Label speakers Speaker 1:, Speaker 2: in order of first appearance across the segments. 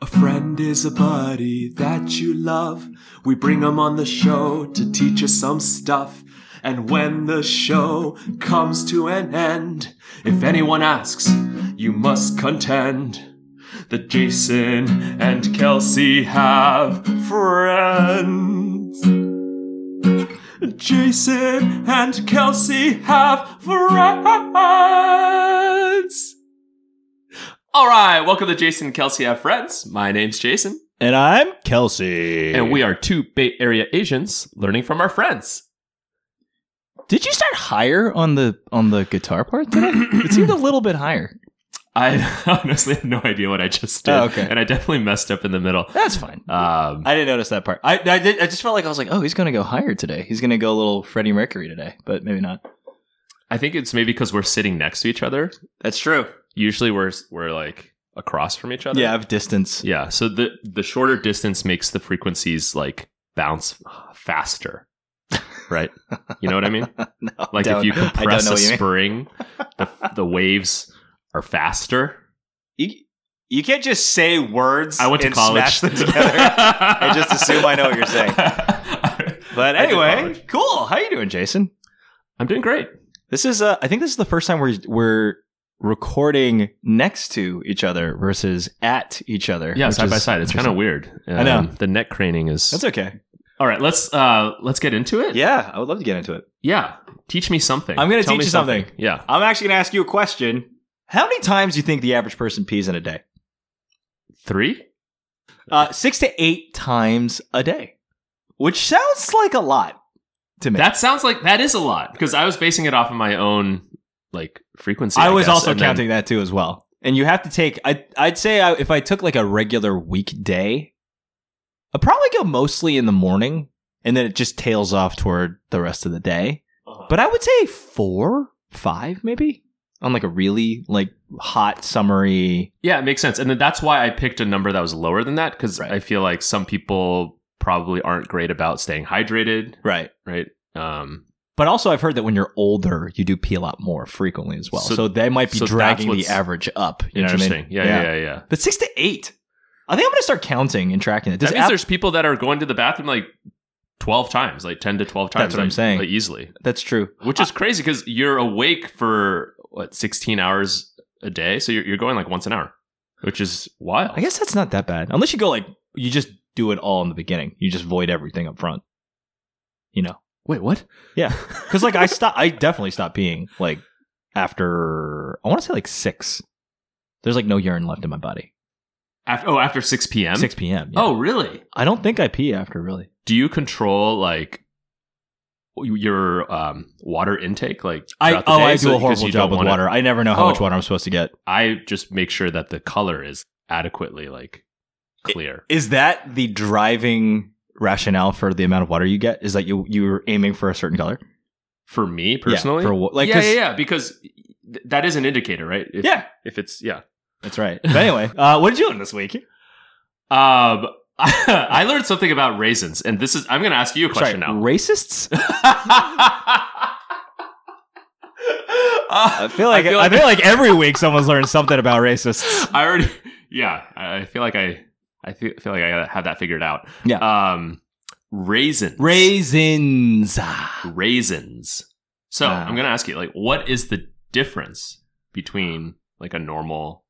Speaker 1: A friend is a buddy that you love. We bring 'em on the show to teach us some stuff. And when the show comes to an end, if anyone asks, you must contend that Jason and Kelsey have friends. Jason and Kelsey have friends. All right, welcome to Jason and Kelsey Have Friends. My name's Jason,
Speaker 2: And I'm Kelsey.
Speaker 1: and we are two Bay Area Asians learning from our friends.
Speaker 2: Did you start higher on the on the guitar part today? it seemed a little bit higher.
Speaker 1: I honestly have no idea what I just did,
Speaker 2: Oh, okay.
Speaker 1: and I definitely messed up in the middle.
Speaker 2: That's fine.
Speaker 1: Um,
Speaker 2: I didn't notice that part. I I, did, I just felt like I was like, oh, he's gonna go higher today. He's gonna go a little Freddie Mercury today, but maybe not.
Speaker 1: I think it's maybe because we're sitting next to each other.
Speaker 2: That's true.
Speaker 1: Usually, we're we're like across from each other.
Speaker 2: Yeah, I have distance.
Speaker 1: yeah. So the the shorter distance makes the frequencies like bounce faster, right? You know what I mean?
Speaker 2: No,
Speaker 1: Like
Speaker 2: don't-
Speaker 1: if you
Speaker 2: I don't
Speaker 1: compress
Speaker 2: know
Speaker 1: a
Speaker 2: what you mean.
Speaker 1: spring, the the waves are faster.
Speaker 3: You, you can't just say words
Speaker 1: I went to
Speaker 3: and
Speaker 1: college.
Speaker 3: smash them together.
Speaker 1: I
Speaker 3: just assume I know what you're saying. but
Speaker 1: I did
Speaker 3: anyway,
Speaker 1: college.
Speaker 3: cool.
Speaker 2: How you doing, Jason?
Speaker 1: I'm doing great.
Speaker 2: This is uh, I think this is the first time we're we're recording next to each other versus at each other.
Speaker 1: Yeah,
Speaker 2: which
Speaker 1: side by
Speaker 2: is
Speaker 1: side. It's kind of
Speaker 2: interesting.
Speaker 1: weird. Um,
Speaker 2: I know.
Speaker 1: the neck craning is.
Speaker 2: That's okay.
Speaker 1: All right, let's uh let's get into it.
Speaker 2: Yeah, I would love to get into it.
Speaker 1: Yeah. Teach me something.
Speaker 2: I'm gonna
Speaker 1: Tell
Speaker 2: teach
Speaker 1: me
Speaker 2: you something.
Speaker 1: Yeah.
Speaker 3: I'm actually going to ask you a question.
Speaker 2: How many times do you think the average person pees in a day?
Speaker 1: Three.
Speaker 2: Uh, six to eight times a day, which sounds like a lot to me.
Speaker 1: That sounds like that is a lot because I was basing it off of my own like frequency.
Speaker 2: I was
Speaker 1: guess,
Speaker 2: also
Speaker 1: and then-
Speaker 2: counting that too as well. And you have to take. I I'd say I, if I took like a regular weekday, I'd probably go mostly in the morning, and then it just tails off toward the rest of the day. But I would say four, five, maybe on like a really like hot summery.
Speaker 1: yeah, it makes sense. And then that's why I picked a number that was lower than that because I feel like some people probably aren't great about staying hydrated,
Speaker 2: Right.
Speaker 1: right? Um,
Speaker 2: But also, I've heard that when you're older, you do pee a lot more frequently as well.
Speaker 1: So-
Speaker 2: So, they might be
Speaker 1: so that's
Speaker 2: dragging the
Speaker 1: what's
Speaker 2: average up. You know what I
Speaker 1: interesting.
Speaker 2: mean?
Speaker 1: yeah, yeah, yeah, yeah.
Speaker 2: But six to eight. I think I'm going to start counting and tracking it. Does
Speaker 1: that means
Speaker 2: App-
Speaker 1: there's people that are going to the bathroom like twelve times, like ten to twelve times.
Speaker 2: That's what I'm
Speaker 1: like,
Speaker 2: saying.
Speaker 1: like, easily.
Speaker 2: That's true.
Speaker 1: which is crazy because you're awake for what 16 hours a day so you're, you're going like once an hour which is wild
Speaker 2: I guess that's not that bad. Unless you go like, you just do it all in the beginning. You just void everything up front. You know?
Speaker 1: wait what
Speaker 2: Yeah. Because like I stop, I definitely stopped peeing like after, I want to say like six. There's like no urine left in my body.
Speaker 1: after oh after 6 p.m
Speaker 2: 6 p.m. yeah.
Speaker 1: oh really
Speaker 2: I don't think I pee after really.
Speaker 1: do you control like your um water intake like
Speaker 2: I
Speaker 1: throughout the
Speaker 2: oh
Speaker 1: day?
Speaker 2: I do
Speaker 1: So-
Speaker 2: a
Speaker 1: 'cause
Speaker 2: horrible
Speaker 1: you
Speaker 2: job
Speaker 1: don't
Speaker 2: with
Speaker 1: wanna-
Speaker 2: water. I never know how
Speaker 1: Oh.
Speaker 2: much water I'm supposed to get.
Speaker 1: i just make sure that the color is adequately like clear
Speaker 2: Is that the driving rationale for the amount of water you get? Is that you you're aiming for a certain color?
Speaker 1: for me personally
Speaker 2: yeah, for, wa- like
Speaker 1: yeah,
Speaker 2: 'cause-
Speaker 1: yeah yeah because th- that is an indicator right if,
Speaker 2: Yeah,
Speaker 1: if it's yeah
Speaker 2: that's right. But anyway, uh, what did you learn this week?
Speaker 1: Um, I learned something about raisins, and this is I'm going to ask you a
Speaker 2: Sorry,
Speaker 1: question
Speaker 2: racists.
Speaker 1: now.
Speaker 2: I feel like I feel like, every week someone's learned something about racists.
Speaker 1: I already, yeah, I I feel like I, I feel, feel like I have that figured out.
Speaker 2: Yeah.
Speaker 1: Um, raisins,
Speaker 2: Raisins.
Speaker 1: raisins. So
Speaker 2: Ah.
Speaker 1: I'm going to ask you, like, what is the difference between like a normal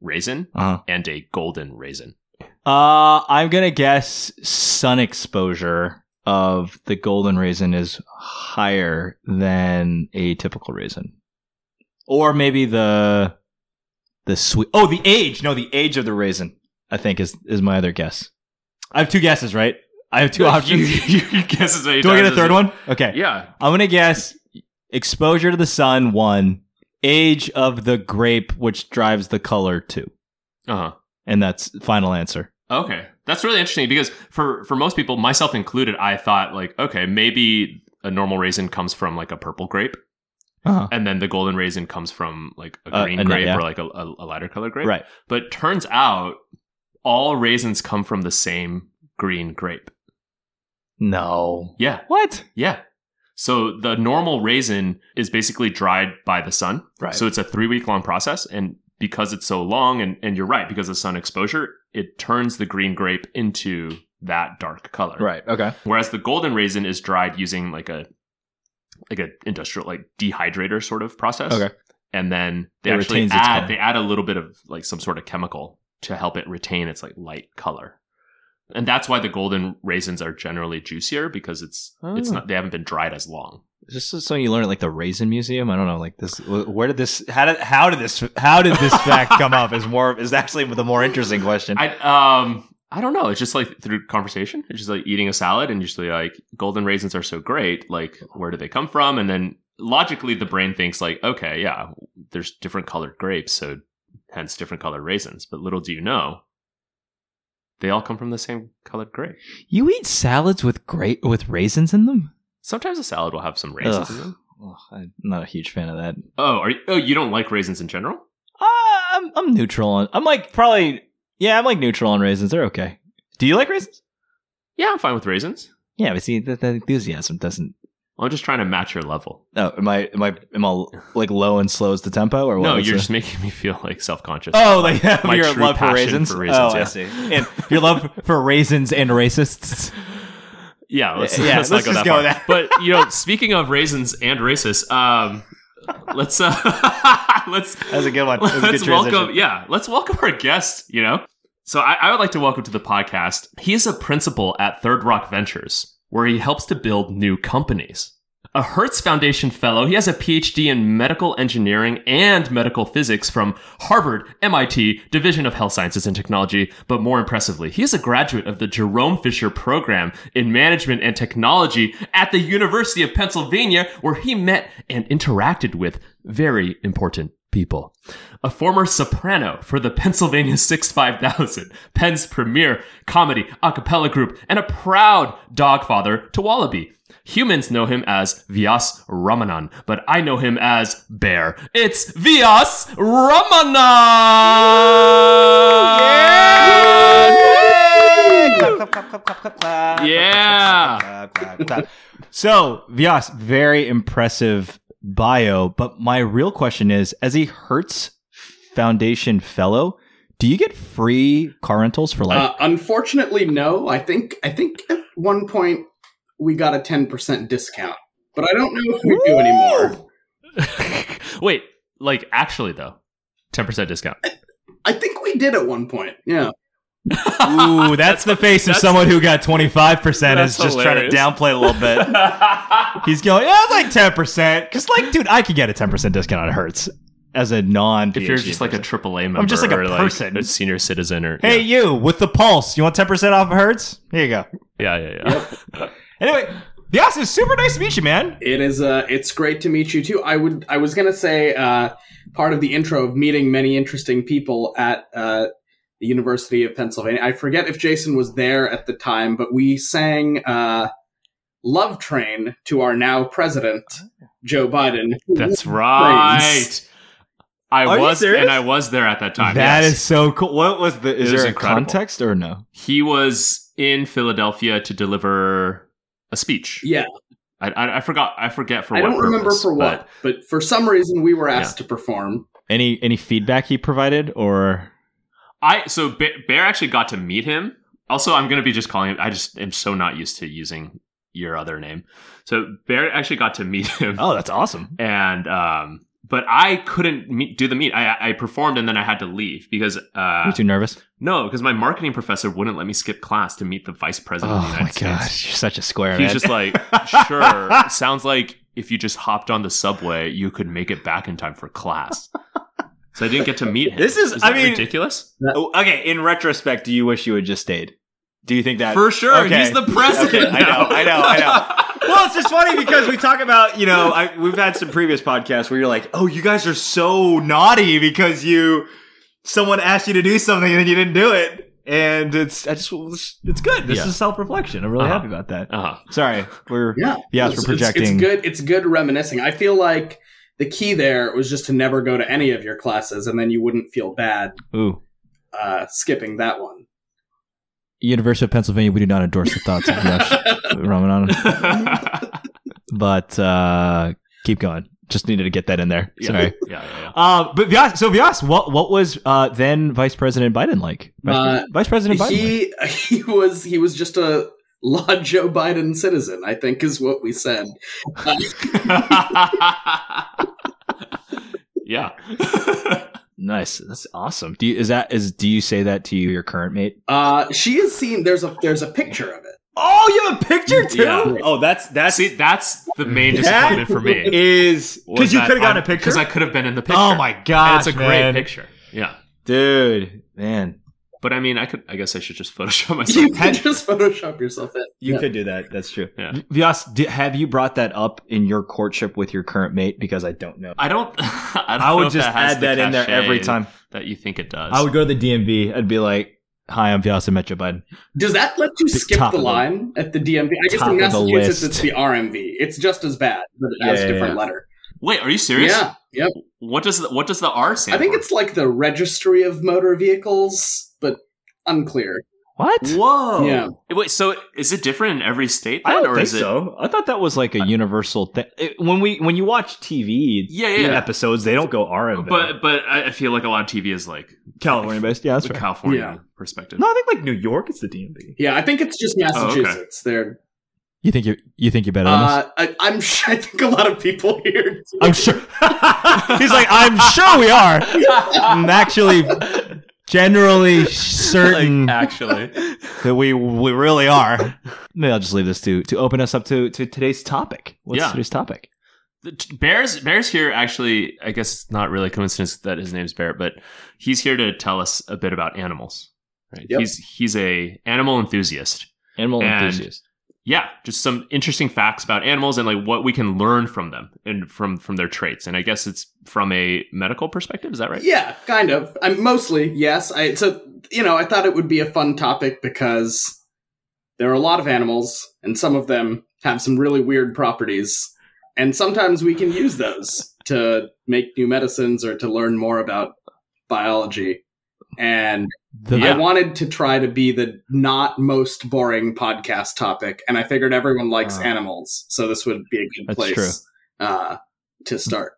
Speaker 1: raisin
Speaker 2: Uh-huh.
Speaker 1: and a golden raisin?
Speaker 2: Uh, I'm gonna guess sun exposure of the golden raisin is higher than a typical raisin, or maybe the the sweet. Oh, the age. No, the age of the raisin. I think is is my other guess. I have two guesses, right? I have two options.
Speaker 1: you, you guess as many
Speaker 2: Do I
Speaker 1: times
Speaker 2: get a
Speaker 1: as
Speaker 2: third
Speaker 1: you-
Speaker 2: one? Okay,
Speaker 1: Yeah,
Speaker 2: I'm gonna guess exposure to the sun one, age of the grape which drives the color two,
Speaker 1: uh huh.
Speaker 2: and that's final answer.
Speaker 1: Okay, that's really interesting because for for most people, myself included, I thought like, okay, maybe a normal raisin comes from like a purple grape,
Speaker 2: Uh-huh.
Speaker 1: and then the golden raisin comes from like a
Speaker 2: Uh,
Speaker 1: green
Speaker 2: a nut,
Speaker 1: grape
Speaker 2: yeah.
Speaker 1: or like a, a, a lighter color grape.
Speaker 2: Right.
Speaker 1: But turns out all raisins come from the same green grape.
Speaker 2: No.
Speaker 1: Yeah,
Speaker 2: What?
Speaker 1: yeah. So the normal raisin is basically dried by the sun.
Speaker 2: Right.
Speaker 1: So it's a three week long process, and because it's so long, and and you're right, because of sun exposure, it turns the green grape into that dark color.
Speaker 2: Right. Okay.
Speaker 1: Whereas the golden raisin is dried using like a like a industrial like dehydrator sort of process.
Speaker 2: Okay.
Speaker 1: And then they
Speaker 2: It
Speaker 1: actually
Speaker 2: retains its
Speaker 1: add
Speaker 2: color.
Speaker 1: they add a little bit of like some sort of chemical to help it retain its like light color. And that's why the golden raisins are generally juicier because it's it's
Speaker 2: Oh.
Speaker 1: not they haven't been dried as long.
Speaker 2: This is something you learn at like the Raisin Museum. I don't know, like this. Where did this? How did how did this? How did this fact come up? Is more is actually the more interesting question.
Speaker 1: I um I don't know. It's just like through conversation. It's just like eating a salad and usually like golden raisins are so great. Like where do they come from? And then logically the brain thinks like, okay, yeah, there's different colored grapes, so hence different colored raisins. But little do you know, they all come from the same colored grape.
Speaker 2: you eat salads with great with raisins in them?
Speaker 1: Sometimes a salad will have some raisins in
Speaker 2: Ugh.
Speaker 1: them.
Speaker 2: Ugh, I'm not a huge fan of that.
Speaker 1: Oh, are you, oh, you don't like raisins in general?
Speaker 2: Uh, I'm I'm neutral on. I'm like probably yeah. I'm like neutral on raisins. They're okay. Do you like raisins?
Speaker 1: Yeah, I'm fine with raisins.
Speaker 2: Yeah, but see, that, that enthusiasm doesn't.
Speaker 1: I'm just trying to match your level.
Speaker 2: Oh, am I am I am I like low and slow as the tempo or what?
Speaker 1: no,
Speaker 2: What's
Speaker 1: you're
Speaker 2: the-
Speaker 1: just making me feel like self-conscious.
Speaker 2: Oh, like
Speaker 1: My
Speaker 2: your
Speaker 1: true
Speaker 2: love for
Speaker 1: passion
Speaker 2: raisins.
Speaker 1: for raisins,
Speaker 2: oh, I
Speaker 1: yeah.
Speaker 2: see. And your love for raisins and racists.
Speaker 1: Yeah, let's,
Speaker 2: Yeah,
Speaker 1: let's,
Speaker 2: let's
Speaker 1: not
Speaker 2: just
Speaker 1: go
Speaker 2: go
Speaker 1: that far. But you know, speaking of raisins and racists, um, let's uh, let's
Speaker 2: That's a good one. That was a good
Speaker 1: let's
Speaker 2: transition.
Speaker 1: welcome. Yeah, let's welcome our guest. You know, so I, I would like to welcome to the podcast. He is a principal at Third Rock Ventures, where he helps to build new companies. A Hertz Foundation fellow, he has a PhD in medical engineering and medical physics from Harvard, MIT, Division of Health Sciences and Technology. But more impressively, he is a graduate of the Jerome Fisher Program in Management and Technology at the University of Pennsylvania, where he met and interacted with very important people. A former soprano for the Pennsylvania 6 5000, Penn's premier comedy a cappella group, and a proud dog father to Wallaby. Humans know him as Vyas Ramanan, but I know him as Bear. It's Vyas Ramanan!
Speaker 2: Clap, clap, clap, clap, clap, clap.
Speaker 1: Yeah!
Speaker 2: Clap, clap, clap. so, Vyas, very impressive bio. But my real question is as a Hertz Foundation fellow, do you get free car rentals for life?
Speaker 4: Uh, unfortunately, no. I think I think at one point we got a ten percent discount, but I don't know if we do anymore.
Speaker 1: Wait, like actually though, 10% discount.
Speaker 4: I think we did at one point. Yeah,
Speaker 2: Uh, Ooh, that's the face of
Speaker 1: That's-
Speaker 2: someone who got 25% is
Speaker 1: That's
Speaker 2: just
Speaker 1: hilarious.
Speaker 2: trying to downplay it a little bit. He's going, yeah, it's like 10%. Because, like, dude, I could get a 10% discount on Hertz as a E. non
Speaker 1: if you're just like a AAA member,
Speaker 2: just like a
Speaker 1: or
Speaker 2: person.
Speaker 1: a senior citizen, or
Speaker 2: Hey, you with the pulse, you want ten percent off of Hertz? Here you go.
Speaker 1: yeah, yeah, yeah. yeah.
Speaker 2: Anyway, Vyas, it's super nice to meet you, man.
Speaker 4: it is. Uh, it's great to meet you too. I would. I was gonna say uh, part of the intro of meeting many interesting people at uh, the University of Pennsylvania. I forget if Jason was there at the time, but we sang uh, "Love Train" to our now president, Joe Biden.
Speaker 1: That's right. I
Speaker 2: Are you
Speaker 1: was,
Speaker 2: serious?
Speaker 1: and I was there at that
Speaker 2: That
Speaker 1: time.
Speaker 2: is
Speaker 1: yes.
Speaker 2: so cool. What was the? Is
Speaker 1: It was
Speaker 2: there a
Speaker 1: incredible.
Speaker 2: context or no?
Speaker 1: he was in Philadelphia to deliver a speech.
Speaker 4: Yeah.
Speaker 1: I, I, I forgot. I forget for
Speaker 4: I
Speaker 1: what.
Speaker 4: don't remember
Speaker 1: purpose,
Speaker 4: for
Speaker 1: but
Speaker 4: what, but, for some reason we were asked to perform.
Speaker 2: Any any feedback he provided or?
Speaker 1: I so Bear, Bear actually got to meet him. Also, I'm gonna be just calling him. I just am so not used to using your other name. So Bear actually got to meet him.
Speaker 2: Oh, that's awesome.
Speaker 1: and um but i couldn't meet, do the meet I, I performed and then i had to leave because uh
Speaker 2: I'm too nervous.
Speaker 1: no because my marketing professor wouldn't let me skip class to meet the vice president of the
Speaker 2: Oh my
Speaker 1: united states
Speaker 2: gosh, you're such a square.
Speaker 1: he's
Speaker 2: man.
Speaker 1: just like sure sounds like if you just hopped on the subway you could make it back in time for class so i didn't get to meet him
Speaker 2: This is-
Speaker 1: that
Speaker 2: I mean-
Speaker 1: ridiculous
Speaker 2: Oh, okay. In retrospect, do you wish you had just stayed? Do you think that
Speaker 1: for sure
Speaker 2: okay.
Speaker 1: he's the president
Speaker 2: Okay, I know, I know, I know. well, it's just funny because we talk about you know I, we've had some previous podcasts where you're like, oh, you guys are so naughty because you someone asked you to do something and then you didn't do it, and it's I just it's good. This
Speaker 1: Yeah.
Speaker 2: is self reflection. I'm really
Speaker 1: Uh-huh.
Speaker 2: happy about that.
Speaker 1: uh-huh.
Speaker 2: Sorry, we're
Speaker 4: Yeah,
Speaker 2: yeah,
Speaker 4: It's-
Speaker 2: we're
Speaker 4: it's-
Speaker 2: projecting.
Speaker 4: It's, good. It's good reminiscing. I feel like the key there was just to never go to any of your classes, and then you wouldn't feel bad
Speaker 2: Ooh,
Speaker 4: uh, skipping that one.
Speaker 2: University of Pennsylvania, we do not endorse the thoughts of Yash Ramanan, but uh, keep going. Just needed to get that in there.
Speaker 5: Yeah.
Speaker 2: Sorry.
Speaker 5: Yeah, yeah, yeah.
Speaker 2: Uh, but Vyas, so Vyas, what what was uh, then Vice President Biden like? Vice,
Speaker 4: Uh,
Speaker 2: Vice President Biden. like?
Speaker 4: he he was he was just a law Joe Biden citizen. I think is what we said.
Speaker 5: yeah.
Speaker 2: nice. That's awesome. Do you, is that is do you say that to your current mate?
Speaker 4: Uh, she has seen there's a there's a picture of it.
Speaker 2: Oh, you have a picture
Speaker 5: Yeah. Oh, that's that's
Speaker 6: See, that's the main
Speaker 2: That
Speaker 6: disappointment for me.
Speaker 2: Is because you could have gotten a picture.
Speaker 6: Because I could have been in the picture.
Speaker 2: Oh my
Speaker 6: And
Speaker 2: god,
Speaker 6: it's a great picture. Yeah.
Speaker 2: dude. Man,
Speaker 6: But I mean, I could. I guess I should just Photoshop
Speaker 4: You
Speaker 6: myself.
Speaker 4: can just Photoshop yourself in.
Speaker 2: you
Speaker 4: Yeah.
Speaker 2: could do that. That's true.
Speaker 6: Yeah.
Speaker 2: Vyas, di- have you brought that up in your courtship with your current mate? Because I don't know.
Speaker 6: I don't. I, don't
Speaker 2: I
Speaker 6: know
Speaker 2: would
Speaker 6: if
Speaker 2: just
Speaker 6: has
Speaker 2: add
Speaker 6: the
Speaker 2: that in there
Speaker 6: cachet
Speaker 2: every time.
Speaker 6: that you think it does.
Speaker 2: I would go to the DMV. I'd be like, "Hi, I'm Vyas. I met Joe Biden."
Speaker 4: Does that let you skip
Speaker 2: top
Speaker 4: the
Speaker 2: of the-
Speaker 4: line at the DMV? I guess
Speaker 2: top
Speaker 4: in
Speaker 2: of the
Speaker 4: Massachusetts
Speaker 2: list.
Speaker 4: it's the RMV. It's just as bad, but it has
Speaker 2: Yeah,
Speaker 4: a
Speaker 2: yeah,
Speaker 4: different
Speaker 2: yeah.
Speaker 4: letter.
Speaker 6: Wait, are you serious?
Speaker 4: Yeah, yep.
Speaker 6: What does the, what does the R stand?
Speaker 4: I think
Speaker 6: for?
Speaker 4: it's like the Registry of Motor Vehicles, but unclear.
Speaker 2: What?
Speaker 6: Whoa.
Speaker 4: Yeah.
Speaker 6: Wait. So is it different in every state?
Speaker 2: I
Speaker 6: Then,
Speaker 2: don't
Speaker 6: or
Speaker 2: think
Speaker 6: is it,
Speaker 2: so. I thought that was like a universal thing. It- when we when you watch TV
Speaker 6: Yeah, yeah, yeah.
Speaker 2: episodes, they don't go RM,
Speaker 6: But but I I feel like a lot of TV is like
Speaker 2: California based. Yeah, that's
Speaker 6: the
Speaker 2: right.
Speaker 6: California
Speaker 4: Yeah.
Speaker 6: perspective.
Speaker 2: No, I think like New York is the DMV.
Speaker 4: Yeah, I think it's just Massachusetts. They're
Speaker 2: You think you you think you're better
Speaker 4: uh, I, I'm sure, I think a lot of people here. do.
Speaker 2: I'm sure. He's like, I'm sure we are. I'm actually generally certain
Speaker 6: Actually,
Speaker 2: that we we really are. Maybe I'll just leave this to to open us up to to today's topic. What's
Speaker 6: Yeah.
Speaker 2: today's topic?
Speaker 6: The t- Bears Bears here actually. I guess it's not really a coincidence that his name's Bear, but he's here to tell us a bit about animals. Right?
Speaker 4: Yep.
Speaker 6: He's he's a animal enthusiast.
Speaker 2: Animal
Speaker 6: And-
Speaker 2: enthusiast.
Speaker 6: yeah, just some interesting facts about animals and like what we can learn from them and from from their traits. And I guess it's from a medical perspective. Is that right?
Speaker 4: Yeah, kind of. I'm mostly yes. I so you know I thought it would be a fun topic because there are a lot of animals, and some of them have some really weird properties, and sometimes we can use those to make new medicines or to learn more about biology. And
Speaker 2: The-
Speaker 6: Yeah.
Speaker 4: I wanted to try to be the not most boring podcast topic, and I figured everyone likes
Speaker 2: Uh,
Speaker 4: animals, so this would be a good
Speaker 2: That's
Speaker 4: place
Speaker 2: true.
Speaker 4: Uh, to start.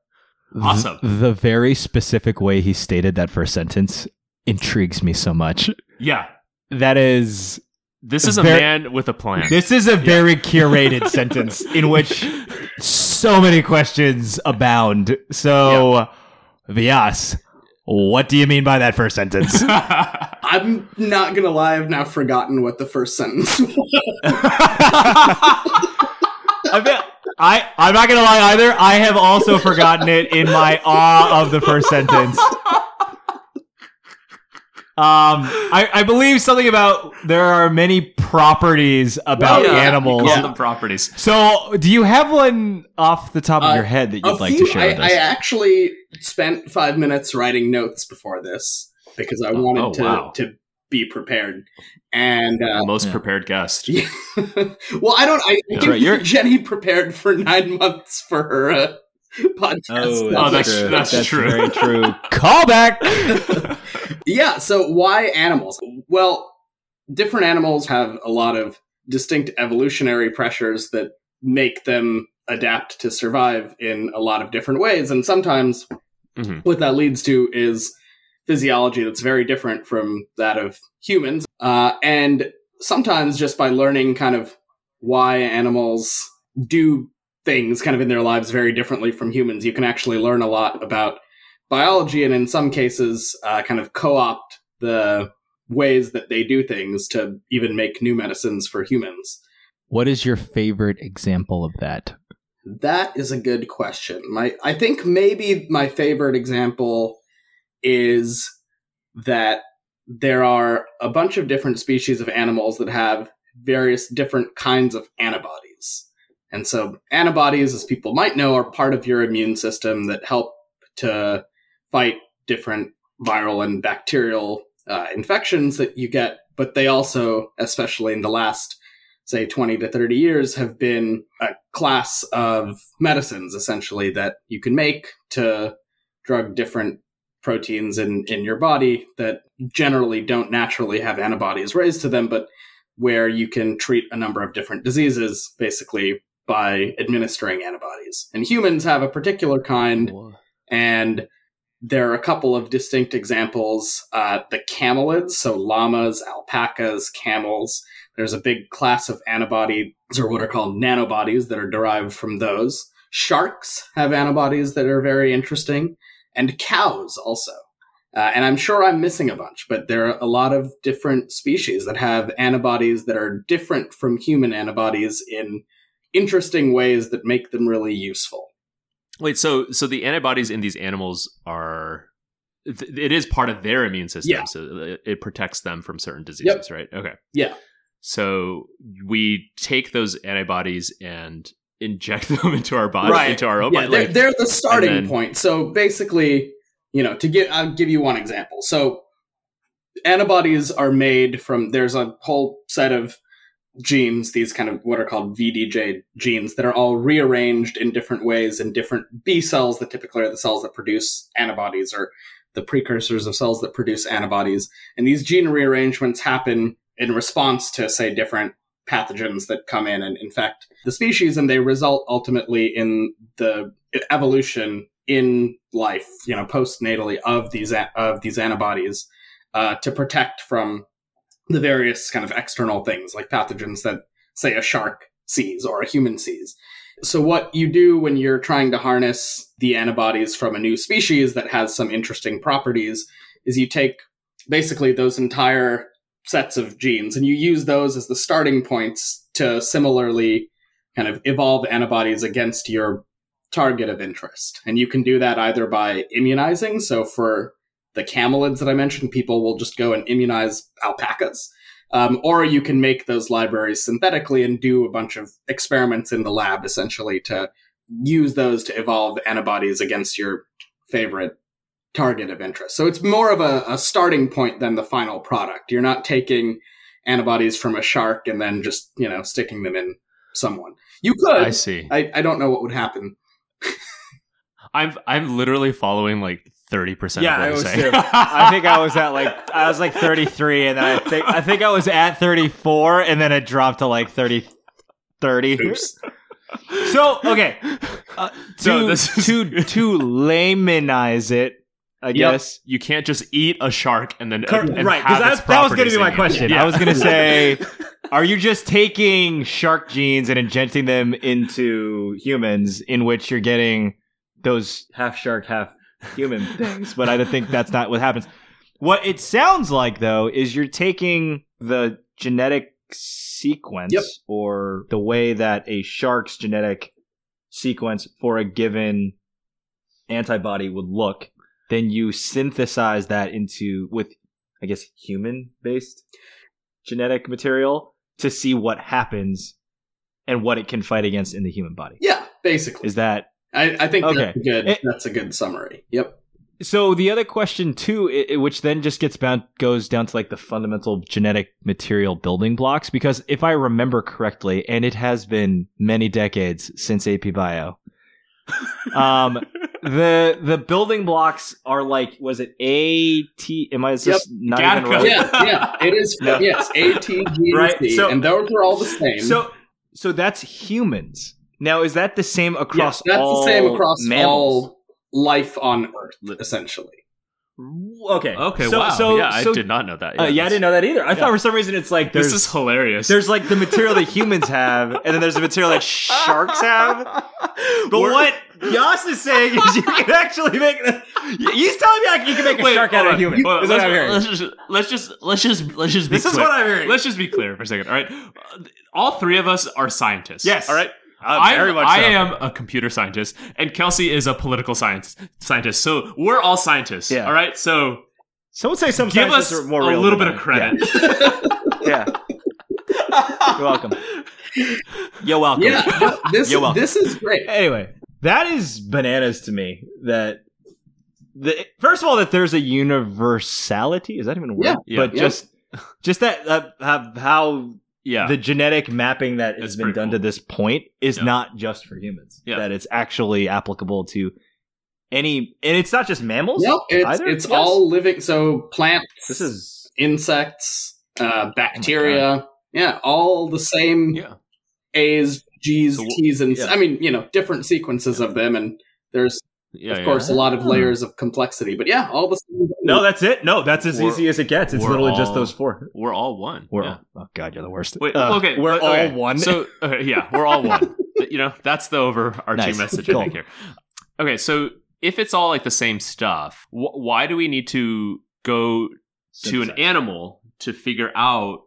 Speaker 6: Awesome.
Speaker 2: Th- The very specific way he stated that first sentence intrigues me so much.
Speaker 6: Yeah.
Speaker 2: That is,
Speaker 6: This is a
Speaker 2: Bear-
Speaker 6: man with a plan.
Speaker 2: this is a very curated sentence in which so many questions abound. So, Vyas, what do you mean by that first sentence?
Speaker 4: I'm not gonna lie, I've now forgotten what the first sentence was.
Speaker 2: I bet. I, I'm not gonna lie either. I have also forgotten it in my awe of the first sentence. Um, I, I believe something about there are many properties about
Speaker 4: Yeah.
Speaker 2: animals.
Speaker 6: Call them properties.
Speaker 2: So, do you have one off the top of
Speaker 4: Uh,
Speaker 2: your head that
Speaker 4: A
Speaker 2: you'd like
Speaker 4: few-
Speaker 2: to share
Speaker 4: I,
Speaker 2: with
Speaker 4: I
Speaker 2: us?
Speaker 4: actually spent five minutes writing notes before this because I wanted
Speaker 6: oh,
Speaker 4: to,
Speaker 6: wow.
Speaker 4: to be prepared. And uh,
Speaker 6: Most
Speaker 2: Yeah.
Speaker 6: prepared guest.
Speaker 4: well, I don't. I, I think
Speaker 2: right, you're-
Speaker 4: Jenny prepared for nine months for her uh, podcast.
Speaker 6: Oh, that's true. That's true.
Speaker 2: very true. Callback.
Speaker 4: Yeah, so why animals? Well, different animals have a lot of distinct evolutionary pressures that make them adapt to survive in a lot of different ways. And sometimes
Speaker 6: Mhm.
Speaker 4: what that leads to is physiology that's very different from that of humans. Uh, and sometimes just by learning kind of why animals do things kind of in their lives very differently from humans, you can actually learn a lot about biology and in some cases uh, kind of co-opt the ways that they do things to even make new medicines for humans
Speaker 2: What is your favorite example of that?
Speaker 4: that is a good question my i think maybe my favorite example is that there are a bunch of different species of animals that have various different kinds of antibodies and so antibodies as people might know are part of your immune system that help to fight different viral and bacterial uh, infections that you get, but they also, especially in the last, say, 20 to 30 years, have been a class of medicines essentially that you can make to drug different proteins in, in your body that generally don't naturally have antibodies raised to them, but where you can treat a number of different diseases basically by administering antibodies. And humans have a particular kind, and there are a couple of distinct examples. Uh, the camelids, so llamas, alpacas, camels. There's a big class of antibodies, or what are called nanobodies, that are derived from those. Sharks have antibodies that are very interesting, and cows also. Uh, and I'm sure I'm missing a bunch, but there are a lot of different species that have antibodies that are different from human antibodies in interesting ways that make them really useful.
Speaker 1: Wait, so so the antibodies in these animals are th- it is part of their immune system,
Speaker 4: Yeah.
Speaker 1: so it, it protects them from certain diseases, right? Okay.
Speaker 4: Yeah.
Speaker 1: So we take those antibodies and inject them into our body,
Speaker 5: Right.
Speaker 1: into our own
Speaker 4: yeah,
Speaker 1: body.
Speaker 4: they're,
Speaker 1: like-
Speaker 4: they're the starting
Speaker 1: and then-
Speaker 4: point. So basically, you know, to get I'll give you one example. So antibodies are made from there's a whole set of genes, these kind of what are called VDJ genes that are all rearranged in different ways in different B cells that typically are the cells that produce antibodies or the precursors of cells that produce antibodies. And these gene rearrangements happen in response to, say, different pathogens that come in and infect the species, and they result ultimately in the evolution in life, you know, postnatally of these a- of these antibodies uh, to protect from the various kind of external things like pathogens that, say, a shark sees or a human sees. So, what you do when you're trying to harness the antibodies from a new species that has some interesting properties is you take basically those entire sets of genes and you use those as the starting points to similarly kind of evolve antibodies against your target of interest. And you can do that either by immunizing. So, for the camelids that I mentioned, people will just go and immunize alpacas. Um, or you can make those libraries synthetically and do a bunch of experiments in the lab essentially to use those to evolve antibodies against your favorite target of interest. So it's more of a, a starting point than the final product. You're not taking antibodies from a shark and then just, you know, sticking them in someone. You
Speaker 1: I
Speaker 4: could.
Speaker 1: see.
Speaker 4: I, I don't know what would happen.
Speaker 1: I'm I'm literally following like thirty percent
Speaker 5: Yeah,
Speaker 1: of what
Speaker 5: I
Speaker 1: you're saying.
Speaker 5: always do.
Speaker 2: I think I was at like I was like 33 and then I think I think I was at 34 and then it dropped to like 30 30.
Speaker 4: Oops.
Speaker 2: So, okay. Uh, to
Speaker 1: No, this is-
Speaker 2: to to laymanize it, I guess.
Speaker 1: You can't just eat a shark and then
Speaker 2: Cor-
Speaker 1: and- and
Speaker 2: right,
Speaker 1: have
Speaker 2: 'cause
Speaker 1: its
Speaker 2: that- that was gonna
Speaker 1: properties
Speaker 2: be my
Speaker 1: in you.
Speaker 2: question.
Speaker 1: Yeah.
Speaker 2: I was going to say are you just taking shark genes and injecting them into humans in which you're getting those half shark half human things, but I think that's not what happens. What it sounds like though is you're taking the genetic sequence
Speaker 4: Yep.
Speaker 2: or the way that a shark's genetic sequence for a given antibody would look, then you synthesize that into with I guess human based genetic material to see what happens and what it can fight against in the human body.
Speaker 4: Yeah, basically.
Speaker 2: Is that
Speaker 4: I, I think
Speaker 2: Okay.
Speaker 4: that's a good
Speaker 2: It-
Speaker 4: that's a good summary. Yep.
Speaker 2: so the other question too i i- which then just gets bound goes down to like the fundamental genetic material building blocks because if i remember correctly and it has been many decades since ap bio um the the building blocks are like was it a t am i is this not even
Speaker 1: Gattaca.
Speaker 2: right
Speaker 4: Yeah, yeah. It is
Speaker 2: No.
Speaker 4: yes, A T G
Speaker 2: Right,
Speaker 4: C
Speaker 2: so-
Speaker 4: and those are all the same.
Speaker 2: so so that's humans now is that the same
Speaker 4: Yeah,
Speaker 2: across
Speaker 4: that's
Speaker 2: all
Speaker 4: the same across
Speaker 2: mammals?
Speaker 4: all life on Earth, essentially.
Speaker 2: okay
Speaker 1: Okay.
Speaker 2: so,
Speaker 1: wow.
Speaker 2: so
Speaker 1: yeah,
Speaker 2: so-
Speaker 1: I did not know that.
Speaker 2: uh, yeah i didn't know that either i thought for some reason it's like
Speaker 1: This
Speaker 2: there's-
Speaker 1: is hilarious.
Speaker 2: There's like the material that humans have, and then there's the material that sharks have. But what Yas is saying is you can actually make. He's telling me I can, you can make a
Speaker 1: Wait,
Speaker 2: shark
Speaker 1: hold
Speaker 2: out of
Speaker 1: on,
Speaker 2: a human.
Speaker 1: hold on,
Speaker 2: is what
Speaker 1: let's,
Speaker 2: I'm hearing.
Speaker 1: let's just let's just let's just let's just be
Speaker 2: This is
Speaker 1: clear.
Speaker 2: what I'm hearing.
Speaker 1: Let's just be clear for a second. All right, Uh, all three of us are scientists.
Speaker 2: Yes.
Speaker 1: All right.
Speaker 2: I'm very much
Speaker 1: I
Speaker 2: so.
Speaker 1: am a computer scientist, and Kelsey is a political science scientist. So we're all scientists.
Speaker 2: Yeah.
Speaker 1: All right. So
Speaker 2: Someone say something.
Speaker 1: give us a little bit of credit.
Speaker 2: Yeah. yeah. You're welcome. You're welcome.
Speaker 4: Yeah, this
Speaker 2: You're welcome.
Speaker 4: this is great.
Speaker 2: Anyway, that is bananas to me. That the first of all that there's a universality. Is that even a word?
Speaker 4: Yeah.
Speaker 1: Yeah.
Speaker 2: But
Speaker 4: Yeah.
Speaker 2: just just that uh, how- how
Speaker 1: Yeah.
Speaker 2: the genetic mapping that
Speaker 1: That's
Speaker 2: has been
Speaker 1: pretty
Speaker 2: done to
Speaker 1: cool.
Speaker 2: this point is
Speaker 1: Yeah.
Speaker 2: not just for humans.
Speaker 1: Yeah.
Speaker 2: That it's actually applicable to any, and it's not just mammals.
Speaker 4: Nope, it's
Speaker 2: Either
Speaker 4: it's
Speaker 2: of us?
Speaker 4: all living. So plants,
Speaker 2: This is Oh
Speaker 4: insects, uh, bacteria. yeah, all the same
Speaker 1: Yeah.
Speaker 4: A's G's,
Speaker 1: So wh-
Speaker 4: T's, and
Speaker 1: yeah.
Speaker 4: I mean, you know, different sequences of them, and there's
Speaker 1: Yeah,
Speaker 4: of
Speaker 1: yeah.
Speaker 4: course a lot of layers of complexity. But yeah, all the
Speaker 7: No, that's it. No, that's as
Speaker 1: We're-
Speaker 7: easy as it gets. It's
Speaker 1: we're
Speaker 7: literally just
Speaker 1: all-
Speaker 7: those four.
Speaker 1: We're all one.
Speaker 2: We're
Speaker 1: yeah.
Speaker 2: oh god, you're the worst. Uh,
Speaker 1: Wait,
Speaker 2: Ugh.
Speaker 1: okay,
Speaker 7: we're
Speaker 1: but- okay.
Speaker 7: all one.
Speaker 1: So okay, yeah, we're all one. But, you know, that's the overarching
Speaker 2: Nice.
Speaker 1: message
Speaker 2: Cool.
Speaker 1: I think here. Okay, so if it's all like the same stuff, wh- why do we need to go to an
Speaker 2: Synthesize.
Speaker 1: animal to figure out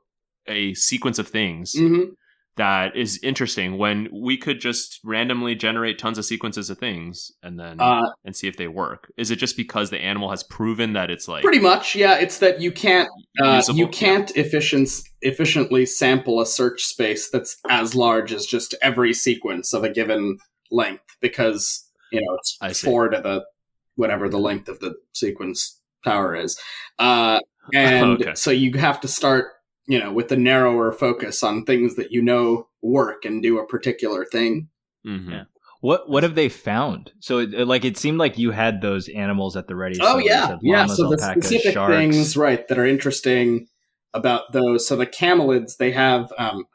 Speaker 1: a sequence of things
Speaker 4: hmm
Speaker 1: that is interesting when we could just randomly generate tons of sequences of things and then
Speaker 4: Uh,
Speaker 1: and see if they work? Is it just because the animal has proven that it's like
Speaker 4: pretty much, yeah. It's that you can't uh,
Speaker 1: usable?
Speaker 4: you
Speaker 1: Yeah.
Speaker 4: can't efficient, efficiently sample a search space that's as large as just every sequence of a given length because you know it's
Speaker 1: I see.
Speaker 4: four to the whatever the length of the sequence power is, uh, and
Speaker 1: Okay.
Speaker 4: so you have to start you know with the narrower focus on things that you know work and do a particular thing.
Speaker 1: Mhm.
Speaker 2: Yeah. What what have they found? So it, it- like it seemed like you had those animals at the ready.
Speaker 4: Oh
Speaker 2: so you
Speaker 4: yeah,
Speaker 2: said
Speaker 4: yeah.
Speaker 2: llamas,
Speaker 4: So the
Speaker 2: alpacas,
Speaker 4: specific
Speaker 2: sharks.
Speaker 4: things, right, that are interesting about those. So the camelids, they have um,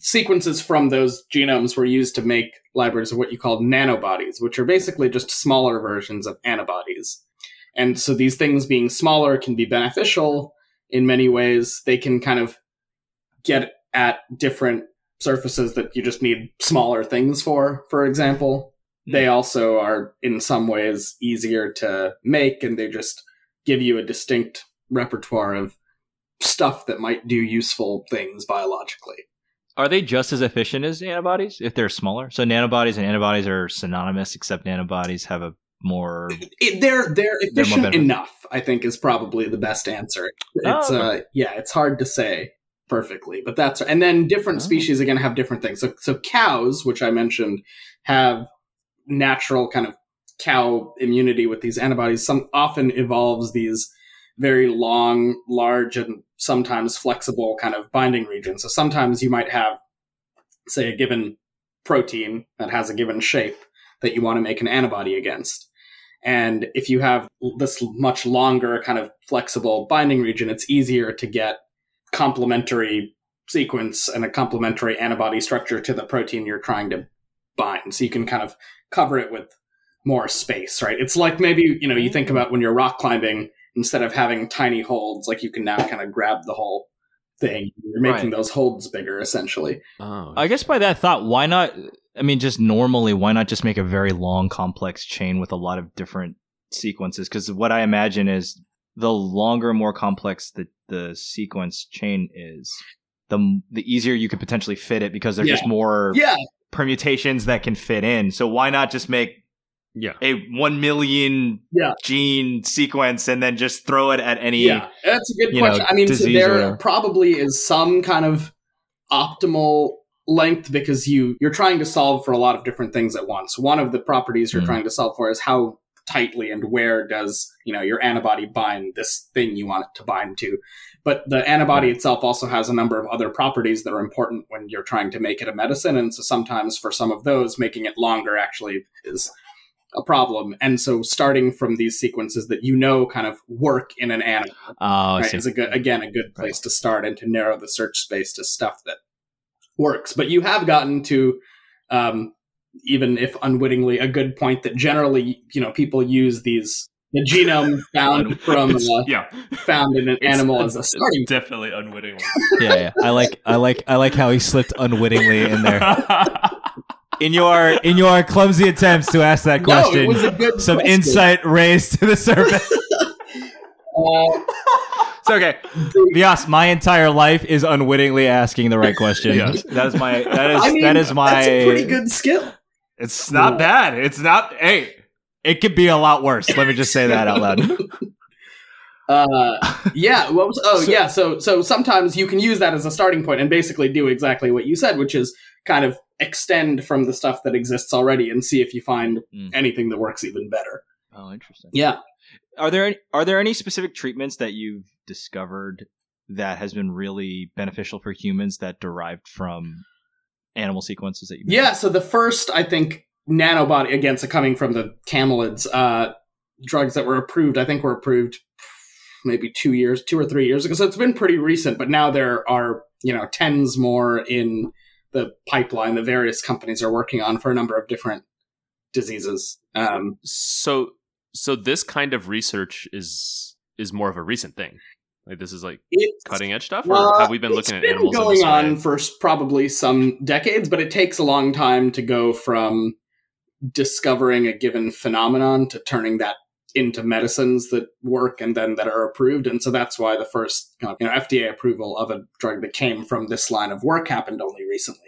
Speaker 4: sequences from those genomes were used to make libraries of what you call nanobodies, which are basically just smaller versions of antibodies. And so these things being smaller can be beneficial in many ways. They can kind of get at different surfaces that you just need smaller things for, for example. They also are in some ways easier to make and they just give you a distinct repertoire of stuff that might do useful things biologically.
Speaker 2: Are they just as efficient as antibodies if they're smaller? So nanobodies and antibodies are synonymous, except nanobodies have a more
Speaker 4: It, they're they're
Speaker 2: more
Speaker 4: efficient
Speaker 2: benefit.
Speaker 4: enough, I think, is probably the best answer. It's uh, yeah, it's hard to say perfectly, but that's and then different
Speaker 2: Oh.
Speaker 4: species again have different things. So so cows, which I mentioned, have natural kind of cow immunity with these antibodies. Some often evolves these very long, large, and sometimes flexible kind of binding regions. So sometimes you might have, say, a given protein that has a given shape that you want to make an antibody against. And if you have this much longer kind of flexible binding region, it's easier to get complementary sequence and a complementary antibody structure to the protein you're trying to bind. So you can kind of cover it with more space, right? It's like maybe, you know, you think about when you're rock climbing, instead of having tiny holds, like you can now kind of grab the whole thing. You're making those holds bigger essentially.
Speaker 1: Oh,
Speaker 2: I guess by that thought, why not? I mean, just normally, why not just make a very long, complex chain with a lot of different sequences? Because what I imagine is the longer, more complex the the sequence chain is, the the easier you could potentially fit it because there's
Speaker 4: Yeah.
Speaker 2: just more
Speaker 4: Yeah.
Speaker 2: permutations that can fit in. So why not just make
Speaker 1: yeah.
Speaker 2: a one million
Speaker 4: Yeah.
Speaker 2: gene sequence and then just throw it at any?
Speaker 4: Yeah, that's a good
Speaker 2: you know,
Speaker 4: question. I mean, so
Speaker 2: disease or
Speaker 4: there
Speaker 2: whatever.
Speaker 4: probably is some kind of optimal length because you you're trying to solve for a lot of different things at once. One of the properties you're
Speaker 2: Mhm.
Speaker 4: trying to solve for is how tightly and where does you know your antibody bind this thing you want it to bind to. But the
Speaker 2: Hmm.
Speaker 4: antibody itself also has a number of other properties that are important when you're trying to make it a medicine. And so sometimes for some of those, making it longer actually is a problem. And so starting from these sequences that you know kind of work in an animal
Speaker 2: Oh, I
Speaker 4: right,
Speaker 2: see.
Speaker 4: is a good again a good place to start and to narrow the search space to stuff that works. But you have gotten to um, even if unwittingly a good point that generally you know people use these the genome found from
Speaker 1: It's-
Speaker 4: uh,
Speaker 1: yeah,
Speaker 4: found in an
Speaker 1: It's-
Speaker 4: animal as
Speaker 1: it's- it's
Speaker 4: a starting.
Speaker 1: definitely unwittingly.
Speaker 2: yeah, yeah. I like, I like, I like how he slipped unwittingly in there. in your in your clumsy attempts to ask that
Speaker 4: No,
Speaker 2: question,
Speaker 4: it was a good
Speaker 2: some
Speaker 4: question.
Speaker 2: insight raised to the surface.
Speaker 4: Uh,
Speaker 2: it's okay. Yes, my entire life is unwittingly asking the right question.
Speaker 1: Yes.
Speaker 2: That is my that is
Speaker 4: I mean,
Speaker 2: that is my
Speaker 4: That's a pretty good skill.
Speaker 7: It's not bad. It's not. Hey,
Speaker 2: It could be a lot worse. Let me just say that out loud.
Speaker 4: Uh, yeah. What was? Oh, yeah. So, so sometimes you can use that as a starting point and basically do exactly what you said, which is kind of extend from the stuff that exists already and see if you find
Speaker 2: Mm.
Speaker 4: anything that works even better.
Speaker 2: Oh, interesting.
Speaker 4: Yeah.
Speaker 2: Are there any, are there any specific treatments that you've discovered that has been really beneficial for humans that derived from animal sequences that you
Speaker 4: Yeah. So the first, I think, nanobody again, so coming from the camelids, uh, drugs that were approved, I think were approved maybe two years, two or three years ago. So it's been pretty recent, but now there are you know tens more in the pipeline that various companies are working on for a number of different diseases. Um,
Speaker 1: So so this kind of research is is more of a recent thing. Like this is like
Speaker 4: it's
Speaker 1: cutting edge stuff,
Speaker 4: Well,
Speaker 1: or have we been
Speaker 4: it's
Speaker 1: looking at
Speaker 4: been
Speaker 1: animals in
Speaker 4: going
Speaker 1: this way?
Speaker 4: on for s- probably some decades, but it takes a long time to go from discovering a given phenomenon to turning that into medicines that work and then that are approved. And so that's why the first kind of, you know, FDA approval of a drug that came from this line of work happened only recently.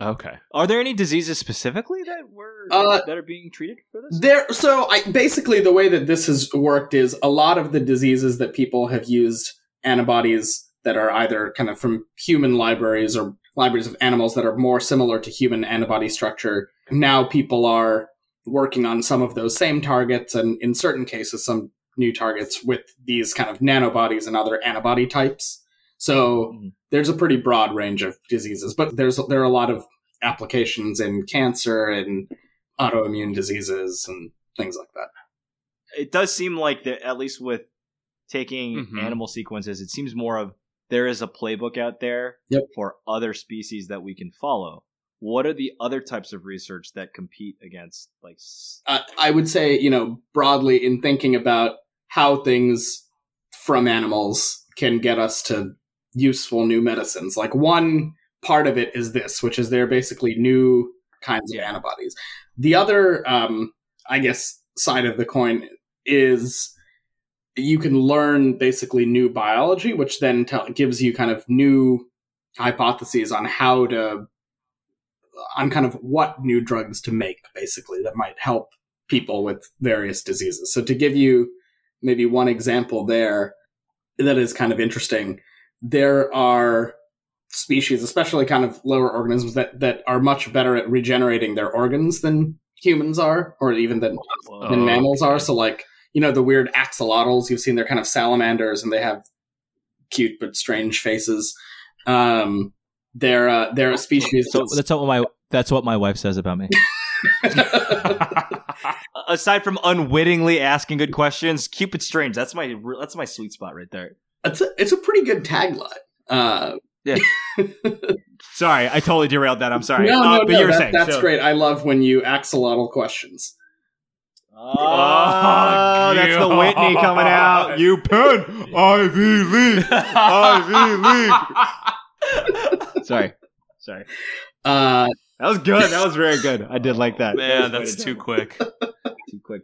Speaker 1: Okay.
Speaker 2: Are there any diseases specifically that were
Speaker 4: Uh,
Speaker 2: that are being treated for this?
Speaker 4: There, so I basically the way that this has worked is a lot of the diseases that people have used antibodies that are either kind of from human libraries or libraries of animals that are more similar to human antibody structure. Now people are working on some of those same targets, and in certain cases, some new targets with these kind of nanobodies and other antibody types. So
Speaker 2: Mhm.
Speaker 4: there's a pretty broad range of diseases, but there's there are a lot of applications in cancer and autoimmune diseases and things like that.
Speaker 2: it does seem like that at least with taking
Speaker 4: Mm-hmm.
Speaker 1: Mhm.
Speaker 2: animal sequences, it seems more of there is a playbook out there
Speaker 4: Yep.
Speaker 2: for other species that we can follow. What are the other types of research that compete against like s-
Speaker 4: Uh, I would say, you know, broadly in thinking about how things from animals can get us to useful new medicines. Like one part of it is this, which is they're basically new kinds of antibodies. The other, um, I guess, side of the coin is you can learn basically new biology, which then tell, gives you kind of new hypotheses on how to, on kind of what new drugs to make, basically, that might help people with various diseases. So, to give you maybe one example there that is kind of interesting, there are species, especially kind of lower organisms, that, that are much better at regenerating their organs than humans are, or even than
Speaker 2: well,
Speaker 4: than
Speaker 1: Oh,
Speaker 4: mammals are.
Speaker 1: okay.
Speaker 4: So like you know the weird axolotls you've seen, they're kind of salamanders and they have cute but strange faces. Um, they're uh, they're a species.
Speaker 2: so that's what my that's what my wife says about me.
Speaker 5: Aside from unwittingly asking good questions, Cupid Strange. That's my that's my sweet spot right there.
Speaker 4: it's a, it's a pretty good tagline. Uh,
Speaker 7: Sorry, I totally derailed that. I'm sorry.
Speaker 4: no,
Speaker 7: Uh,
Speaker 4: no,
Speaker 7: but
Speaker 4: no,
Speaker 7: you were
Speaker 4: that-
Speaker 7: saying
Speaker 4: that's
Speaker 7: so-
Speaker 4: great. I love when you axolotl questions.
Speaker 7: Oh, that's the Whitney coming out. You pen Ivy League, Ivy League.
Speaker 2: Sorry. Sorry.
Speaker 4: Uh,
Speaker 7: That was good. That was very good. I did like that.
Speaker 1: Man, that's too quick.
Speaker 2: Too quick.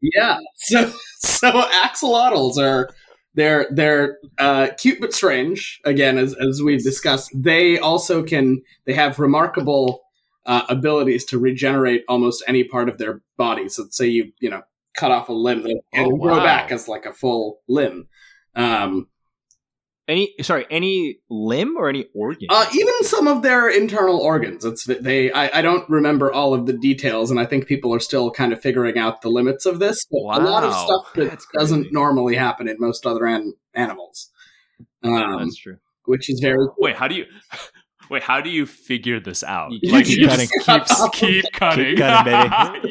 Speaker 4: yeah. So so axolotls are they're they're uh, cute but strange. Again, as as we've discussed, they also can they have remarkable uh, abilities to regenerate almost any part of their body. So say you you know cut off a limb, it'll,
Speaker 7: Oh,
Speaker 4: it'll grow
Speaker 1: wow.
Speaker 4: back as like a full limb. Um,
Speaker 2: Any sorry, any limb or any organ?
Speaker 4: Uh, even some of their internal organs. It's they. I, I don't remember all of the details, and I think people are still kind of figuring out the limits of this. But A lot of
Speaker 1: Wow.
Speaker 4: stuff that
Speaker 2: That's
Speaker 4: doesn't
Speaker 2: crazy.
Speaker 4: normally happen in most other an- animals, um,
Speaker 2: that's true.
Speaker 4: which is very.
Speaker 1: Wait, how do you? Wait, how do you figure this out?
Speaker 2: You
Speaker 1: like
Speaker 2: keep
Speaker 1: you
Speaker 2: cutting.
Speaker 1: just keep, keep cutting,
Speaker 2: cutting,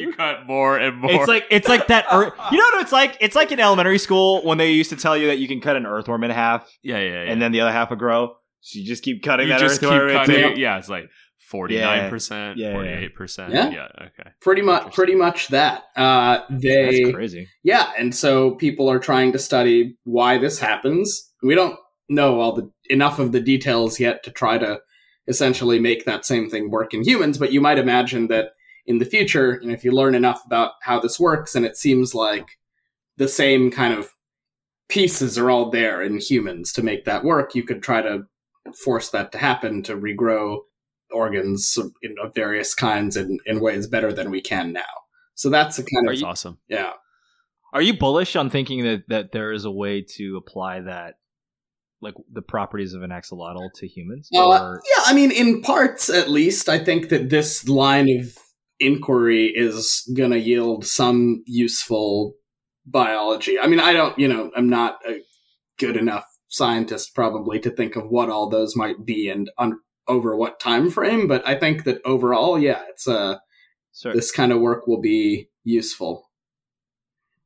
Speaker 1: you cut more and more.
Speaker 5: It's like it's like that. Earth, you know what it's like? It's like in elementary school when they used to tell you that you can cut an earthworm in half
Speaker 1: yeah, yeah, yeah.
Speaker 5: and then the other half will grow. So you just keep cutting
Speaker 1: you
Speaker 5: that
Speaker 1: just keep
Speaker 5: earthworm. until-
Speaker 1: cutting. Yeah, it's like forty nine percent,
Speaker 2: Yeah, yeah, yeah.
Speaker 1: forty eight percent.
Speaker 4: Yeah.
Speaker 1: Yeah, okay.
Speaker 4: Pretty much,
Speaker 1: Interesting.
Speaker 4: pretty much that. Uh, they,
Speaker 2: That's crazy.
Speaker 4: yeah, and so people are trying to study why this happens. We don't know all the enough of the details yet to try to essentially make that same thing work in humans, but you might imagine that in the future, you know, if you learn enough about how this works and it seems like the same kind of pieces are all there in humans to make that work, you could try to force that to happen to regrow organs of- in, of various kinds in, in ways better than we can now. So that's a kind of
Speaker 1: That's awesome.
Speaker 4: yeah.
Speaker 2: Are you bullish on thinking that that there is a way to apply that, like the properties of an axolotl to humans?
Speaker 4: Uh, yeah, I mean, in parts at least, I think that this line of inquiry is going to yield some useful biology. I mean, I don't, you know, I'm not a good enough scientist probably to think of what all those might be and on over what time frame, but I think that overall, yeah, it's uh
Speaker 2: sorry.
Speaker 4: this kind of work will be useful.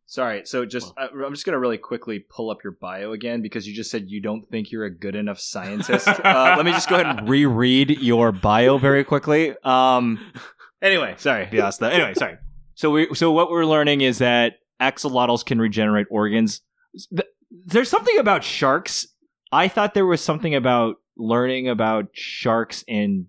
Speaker 5: Sorry. So just I, I'm just gonna really quickly pull up your bio again because you just said you don't think you're a good enough scientist. uh, let me just go ahead and reread your bio very quickly. Um. Anyway, sorry, Biasta. Anyway, sorry. So we so what we're learning is that axolotls can regenerate organs. Th- There's something about sharks. I thought there was something about learning about sharks and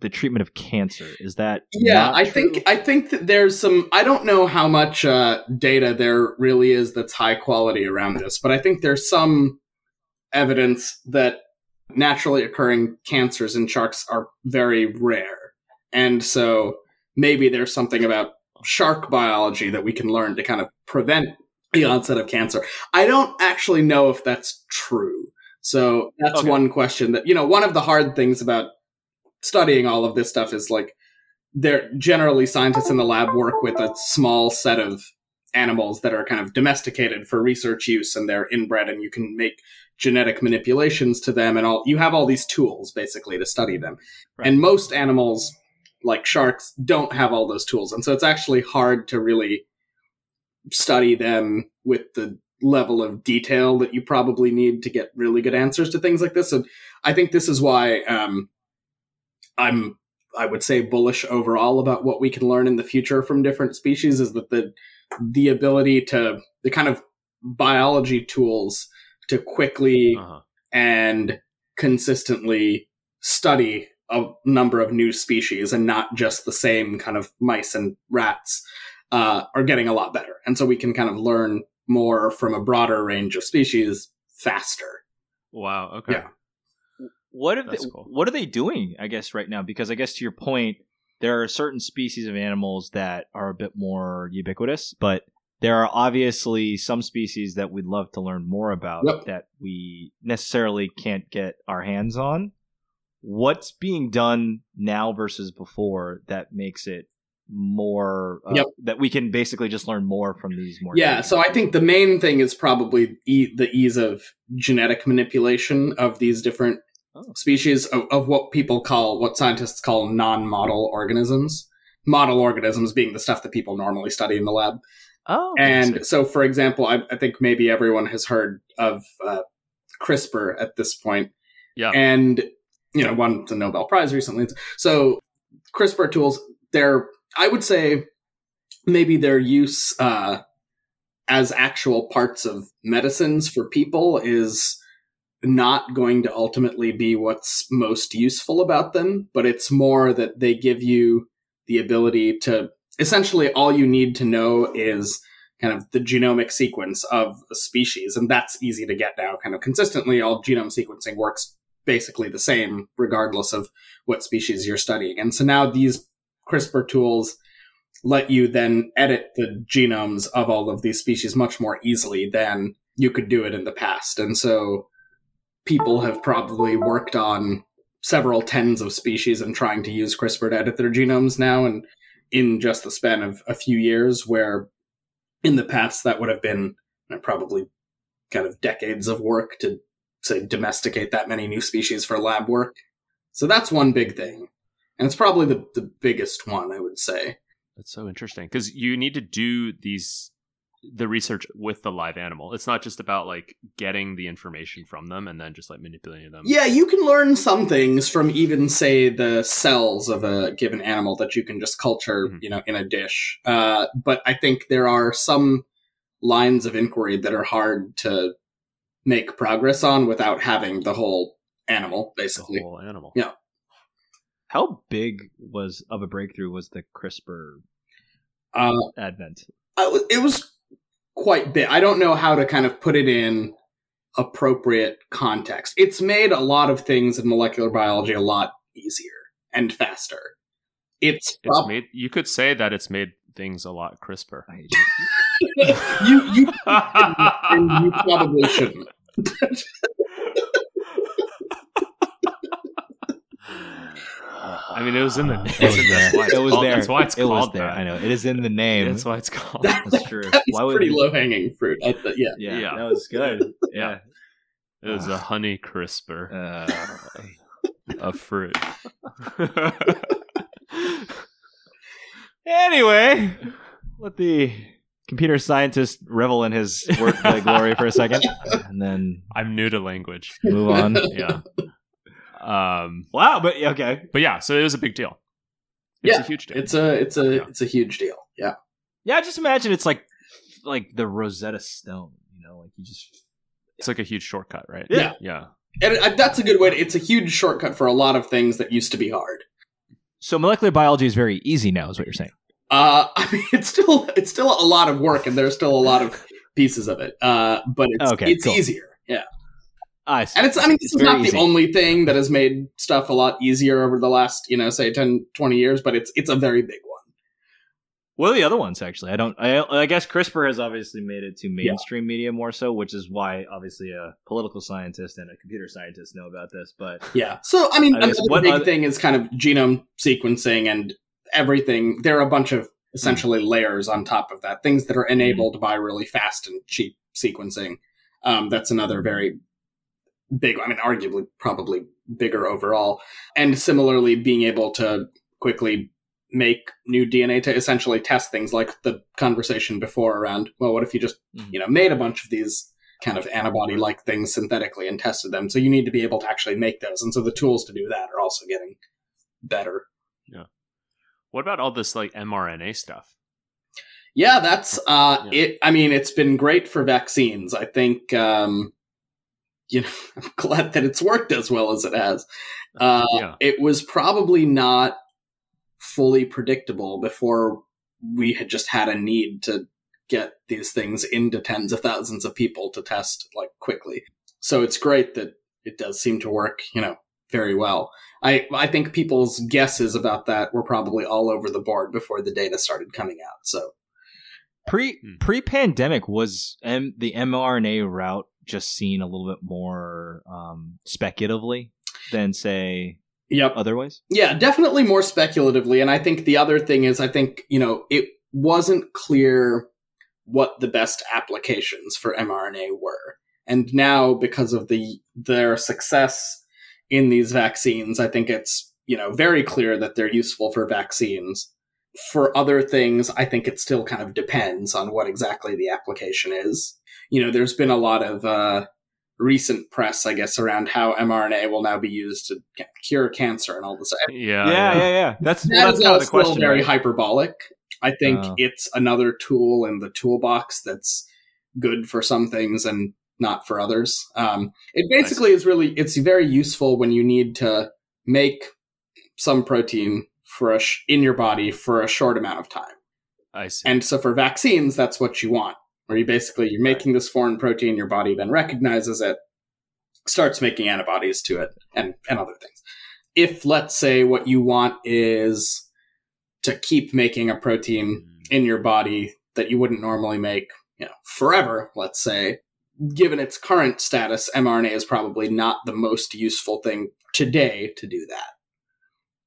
Speaker 5: the treatment of cancer. Is that
Speaker 4: yeah
Speaker 5: not
Speaker 4: i
Speaker 5: true?
Speaker 4: think i think that there's some i don't know how much uh, data there really is that's high quality around this but i think there's some evidence that naturally occurring cancers in sharks are very rare and so maybe there's something about shark biology that we can learn to kind of prevent the onset of cancer i don't actually know if that's true so that's
Speaker 5: Okay.
Speaker 4: one question that you know one of the hard things about studying all of this stuff is like they're generally scientists in the lab work with a small set of animals that are kind of domesticated for research use and they're inbred and you can make genetic manipulations to them and all you have all these tools basically to study them and most animals like sharks don't have all those tools and so it's actually hard to really study them with the level of detail that you probably need to get really good answers to things like this and i think this is why um, i'm I would say bullish overall about what we can learn in the future from different species is that the the ability to the kind of biology tools to quickly
Speaker 1: Uh-huh.
Speaker 4: and consistently study a number of new species and not just the same kind of mice and rats uh, are getting a lot better and so we can kind of learn more from a broader range of species faster
Speaker 1: Wow. Okay.
Speaker 4: Yeah.
Speaker 2: What are they,
Speaker 1: That's cool.
Speaker 2: what are they doing? I guess right now because I guess to your point, there are certain species of animals that are a bit more ubiquitous, but there are obviously some species that we'd love to learn more about
Speaker 4: Yep.
Speaker 2: that we necessarily can't get our hands on. What's being done now versus before that makes it more uh,
Speaker 4: Yep.
Speaker 2: that we can basically just learn more from these more
Speaker 4: Yeah, so I think the main thing is probably e- the ease of genetic manipulation of these different species of, of what people call, what scientists call non-model organisms. Model organisms being the stuff that people normally study in the lab.
Speaker 2: oh
Speaker 4: And so, for example, I, I think maybe everyone has heard of uh, CRISPR at this point.
Speaker 1: Yeah.
Speaker 4: And, you know, won the Nobel Prize recently. So, CRISPR tools, they're, I would say, maybe their use uh, as actual parts of medicines for people is not going to ultimately be what's most useful about them, but it's more that they give you the ability to essentially all you need to know is kind of the genomic sequence of a species. And that's easy to get now kind of consistently. All genome sequencing works basically the same, regardless of what species you're studying. And so now these CRISPR tools let you then edit the genomes of all of these species much more easily than you could do it in the past. And so people have probably worked on several tens of species and trying to use CRISPR to edit their genomes now and in just the span of a few years where in the past that would have been you know, probably kind of decades of work to to domesticate that many new species for lab work so that's one big thing and it's probably the, the biggest one i would say
Speaker 1: That's so interesting because you need to do these the research with the live animal. It's not just about like getting the information from them and then just like manipulating them.
Speaker 4: yeah you can learn some things from even say the cells of a given animal that you can just culture
Speaker 1: Mhm.
Speaker 4: you know in a dish uh, but i think there are some lines of inquiry that are hard to make progress on without having the whole animal
Speaker 1: the
Speaker 4: basically
Speaker 1: whole animal.
Speaker 4: Yeah.
Speaker 2: how big was of a breakthrough was the CRISPR
Speaker 4: uh,
Speaker 2: advent?
Speaker 4: I w it was quite big. I don't know how to kind of put it in appropriate context. It's made a lot of things in molecular biology a lot easier and faster. It's,
Speaker 1: It's
Speaker 4: prob-
Speaker 1: made. You could say that it's made things a lot crisper.
Speaker 4: you you and you probably shouldn't.
Speaker 1: I mean, it was in the.
Speaker 2: It
Speaker 1: it's
Speaker 2: was
Speaker 1: in- that's why it's
Speaker 2: there. It was
Speaker 1: called-
Speaker 2: there.
Speaker 1: That's why it's
Speaker 2: It was
Speaker 1: called
Speaker 2: there.
Speaker 1: that.
Speaker 2: I know. It is in the name.
Speaker 1: That's why it's called.
Speaker 4: That,
Speaker 2: That's true.
Speaker 4: that is
Speaker 2: Why would
Speaker 4: pretty
Speaker 2: we-
Speaker 4: low hanging fruit. I th- yeah.
Speaker 2: Yeah,
Speaker 1: Yeah.
Speaker 2: that was good.
Speaker 1: Yeah. It was a honey crisper
Speaker 2: Uh,
Speaker 1: of fruit.
Speaker 2: anyway, let the computer scientists revel in his wordplay glory for a second, and then
Speaker 1: I'm new to language.
Speaker 2: move on.
Speaker 1: Yeah. um.
Speaker 2: Wow, but okay.
Speaker 1: But yeah, so it was a big deal. It's
Speaker 4: Yeah,
Speaker 1: a huge deal.
Speaker 4: It's a it's a it's a huge deal. Yeah.
Speaker 2: Yeah, just imagine it's like like the Rosetta Stone. You know, like you just
Speaker 1: It's like a huge shortcut, right?
Speaker 4: Yeah.
Speaker 1: Yeah.
Speaker 4: And it- that's a good way. To, it's a huge shortcut for a lot of things that used to be hard.
Speaker 2: so molecular biology is very easy now, is what you're saying.
Speaker 4: Uh, I mean, it's still it's still a lot of work, and there's still a lot of pieces of it. Uh, but it's
Speaker 2: Okay,
Speaker 4: it's
Speaker 2: cool.
Speaker 4: easier. Yeah,
Speaker 2: I see.
Speaker 4: and it's I mean, this
Speaker 2: It's
Speaker 4: is not
Speaker 2: very easy.
Speaker 4: the only thing that has made stuff a lot easier over the last you know say 10, 20 years, but it's it's a very big one.
Speaker 2: What are the other ones actually? I don't. I, I guess CRISPR has obviously made it to mainstream media more so, which is why obviously a political scientist and a computer scientist know about this. But
Speaker 4: Yeah. So I mean,
Speaker 2: I guess
Speaker 4: another
Speaker 2: what
Speaker 4: big
Speaker 2: other-
Speaker 4: thing is kind of genome sequencing and everything. There are a bunch of essentially layers on top of that, things that are enabled by really fast and cheap sequencing. Um, that's another very big. I mean, arguably, probably bigger overall. And similarly, being able to quickly make new DNA to essentially test things like the conversation before around. Well, what if you just
Speaker 2: Mhm.
Speaker 4: you know made a bunch of these kind of antibody like things synthetically and tested them. So you need to be able to actually make those. And so the tools to do that are also getting better.
Speaker 1: What about all this like mRNA stuff?
Speaker 4: Yeah, that's uh
Speaker 1: Yeah.
Speaker 4: it I mean it's been great for vaccines. I think um you know, I'm glad that it's worked as well as it has. Uh
Speaker 1: Yeah.
Speaker 4: it was probably not fully predictable before we had just had a need to get these things into tens of thousands of people to test like quickly. So it's great that it does seem to work, you know, very well. I I think people's guesses about that were probably all over the board before the data started coming out. So
Speaker 2: pre
Speaker 1: Hmm.
Speaker 2: pre pandemic was M- the mRNA route just seen a little bit more um, speculatively than say
Speaker 4: yep.
Speaker 2: other ways.
Speaker 4: Yeah, definitely more speculatively. And I think the other thing is, I think, you know, it wasn't clear what the best applications for mRNA were. And now, because of the their success in these vaccines, I think it's, you know, very clear that they're useful for vaccines. For other things, I think it still kind of depends on what exactly the application is. You know, there's been a lot of uh, recent press, I guess, around how mRNA will now be used to ca- cure cancer and all this.
Speaker 1: Uh, Yeah.
Speaker 2: yeah. That's
Speaker 4: That is
Speaker 2: kind
Speaker 4: all
Speaker 2: of the
Speaker 4: still
Speaker 2: question.
Speaker 4: very
Speaker 2: right?
Speaker 4: hyperbolic. I think
Speaker 2: Oh.
Speaker 4: it's another tool in the toolbox that's good for some things and not for others. Um, it basically is really it's very useful when you need to make some protein for a sh- in your body for a short amount of time.
Speaker 1: I see.
Speaker 4: And so for vaccines, that's what you want, where you basically you're making this foreign protein, your body then recognizes it, starts making antibodies to it, and and other things. If let's say what you want is to keep making a protein
Speaker 1: Mm.
Speaker 4: in your body that you wouldn't normally make, you know, forever, let's say, given its current status, mRNA is probably not the most useful thing today to do that.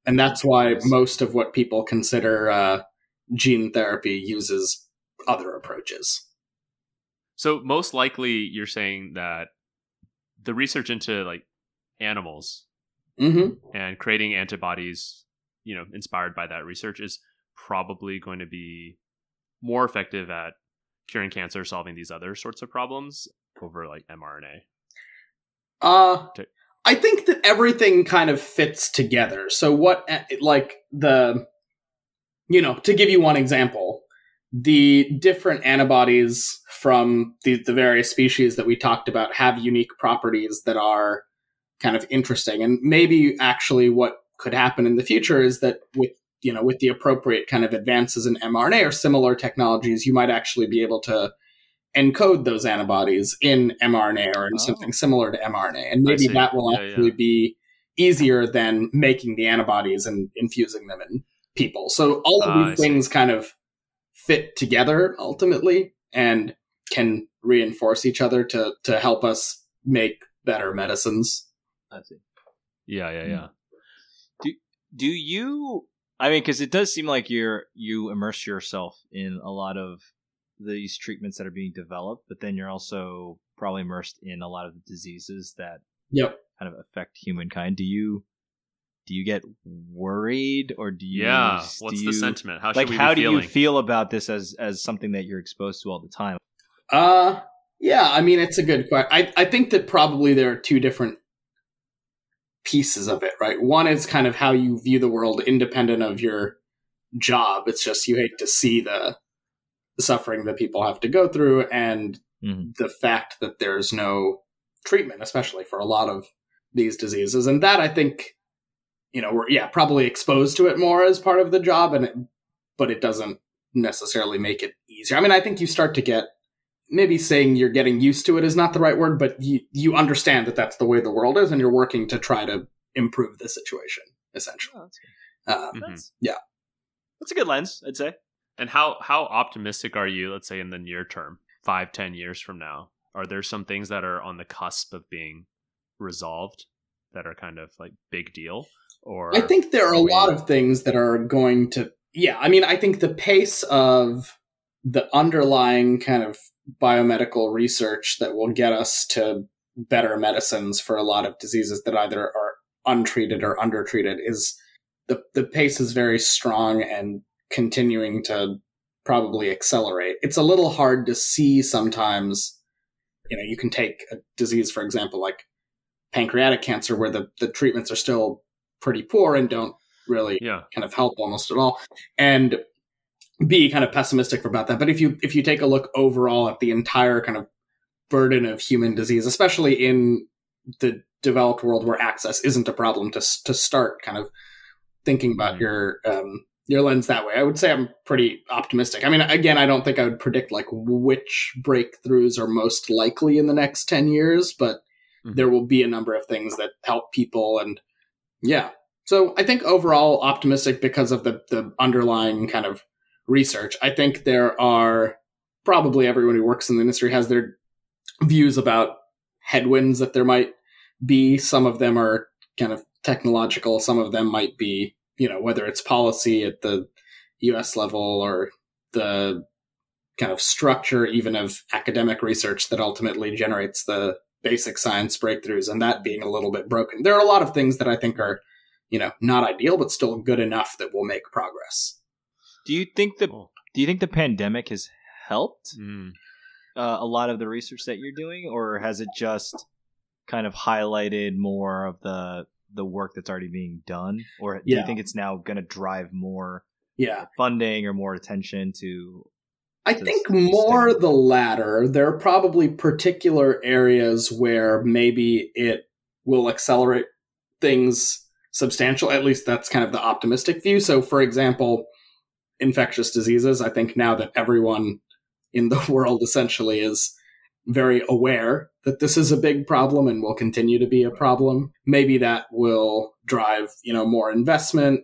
Speaker 4: And that's why most of what people consider uh, gene therapy uses other approaches.
Speaker 1: So most likely, you're saying that the research into like animals
Speaker 4: hmm
Speaker 1: and creating antibodies, you know, inspired by that research, is probably going to be more effective at curing cancer, solving these other sorts of problems over like mRNA.
Speaker 4: Uh,
Speaker 1: Ta-
Speaker 4: I think that everything kind of fits together. So what, eh, like the, you know, to give you one example, the different antibodies from the, the various species that we talked about have unique properties that are kind of interesting. And maybe actually what could happen in the future is that with, you know, with the appropriate kind of advances in mRNA or similar technologies, you might actually be able to encode those antibodies in mRNA or in
Speaker 2: Oh.
Speaker 4: something similar to mRNA. And
Speaker 1: I
Speaker 4: maybe
Speaker 1: see.
Speaker 4: that will
Speaker 1: Yeah, yeah.
Speaker 4: actually be easier than making the antibodies and infusing them in people. So all of
Speaker 1: Ah,
Speaker 4: these
Speaker 1: I see.
Speaker 4: things kind of fit together ultimately and can reinforce each other to to help us make better medicines.
Speaker 2: I see.
Speaker 1: Yeah, yeah, yeah.
Speaker 2: do you i mean because it does seem like you're you immerse yourself in a lot of these treatments that are being developed but then you're also probably immersed in a lot of the diseases that
Speaker 4: Yep.
Speaker 2: kind of affect humankind do you do do you get worried or do you?
Speaker 1: Yeah.
Speaker 2: do
Speaker 1: What's
Speaker 2: you-
Speaker 1: the sentiment? How should
Speaker 2: Like,
Speaker 1: we
Speaker 2: how
Speaker 1: be
Speaker 2: do
Speaker 1: feeling?
Speaker 2: you feel about this as as something that you're exposed to all the time?
Speaker 4: Uh, yeah, I mean, it's a good question. I, I think that probably there are two different pieces of it, right? One is kind of how you view the world independent of your job. It's just you hate to see the suffering that people have to go through and
Speaker 2: Mhm.
Speaker 4: the fact that there's no treatment, especially for a lot of these diseases. And that I think, you know, we're, yeah, probably exposed to it more as part of the job, and it, but it doesn't necessarily make it easier. I mean, I think you start to get maybe saying you're getting used to it is not the right word, but you you understand that that's the way the world is, and you're working to try to improve the situation essentially. Um,
Speaker 1: Mhm.
Speaker 4: Yeah.
Speaker 2: that's a good lens, I'd say.
Speaker 1: And how how optimistic are you? Let's say in the near term, five ten years from now, are there some things that are on the cusp of being resolved that are kind of like big deal? Or
Speaker 4: I think there are a
Speaker 1: way-
Speaker 4: lot of things that are going to. Yeah, I mean, I think the pace of the underlying kind of biomedical research that will get us to better medicines for a lot of diseases that either are untreated or undertreated is the the pace is very strong and continuing to probably accelerate. It's a little hard to see sometimes. You know, you can take a disease, for example, like pancreatic cancer, where the, the treatments are still pretty poor and don't really
Speaker 1: yeah,
Speaker 4: kind of help almost at all and be kind of pessimistic about that but if you if you take a look overall at the entire kind of burden of human disease especially in the developed world where access isn't a problem to s- to start kind of thinking about your um your lens that way i would say i'm pretty optimistic i mean again i don't think i would predict like which breakthroughs are most likely in the next 10 years but
Speaker 1: Mhm.
Speaker 4: there will be a number of things that help people and yeah so I think overall optimistic because of the the underlying kind of research. I think there are probably everyone who works in the industry has their views about headwinds that there might be. Some of them are kind of technological. Some of them might be, you know, whether it's policy at the U.S. level or the kind of structure even of academic research that ultimately generates the basic science breakthroughs and that being a little bit broken. There are a lot of things that I think are you know, not ideal, but still good enough that we'll make progress.
Speaker 2: Do you think the
Speaker 1: Cool.
Speaker 2: Do you think the pandemic has helped
Speaker 1: Mm.
Speaker 2: uh, a lot of the research that you're doing, or has it just kind of highlighted more of the the work that's already being done, or do
Speaker 4: Yeah.
Speaker 2: you think it's now going to drive more
Speaker 4: Yeah.
Speaker 2: funding or more attention to?
Speaker 4: I
Speaker 2: Just
Speaker 4: think
Speaker 2: stay-
Speaker 4: more the latter. There are probably particular areas where maybe it will accelerate things substantial. At least that's kind of the optimistic view. So, for example, infectious diseases, I think now that everyone in the world essentially is very aware that this is a big problem and will continue to be a problem, maybe that will drive, you know, more investment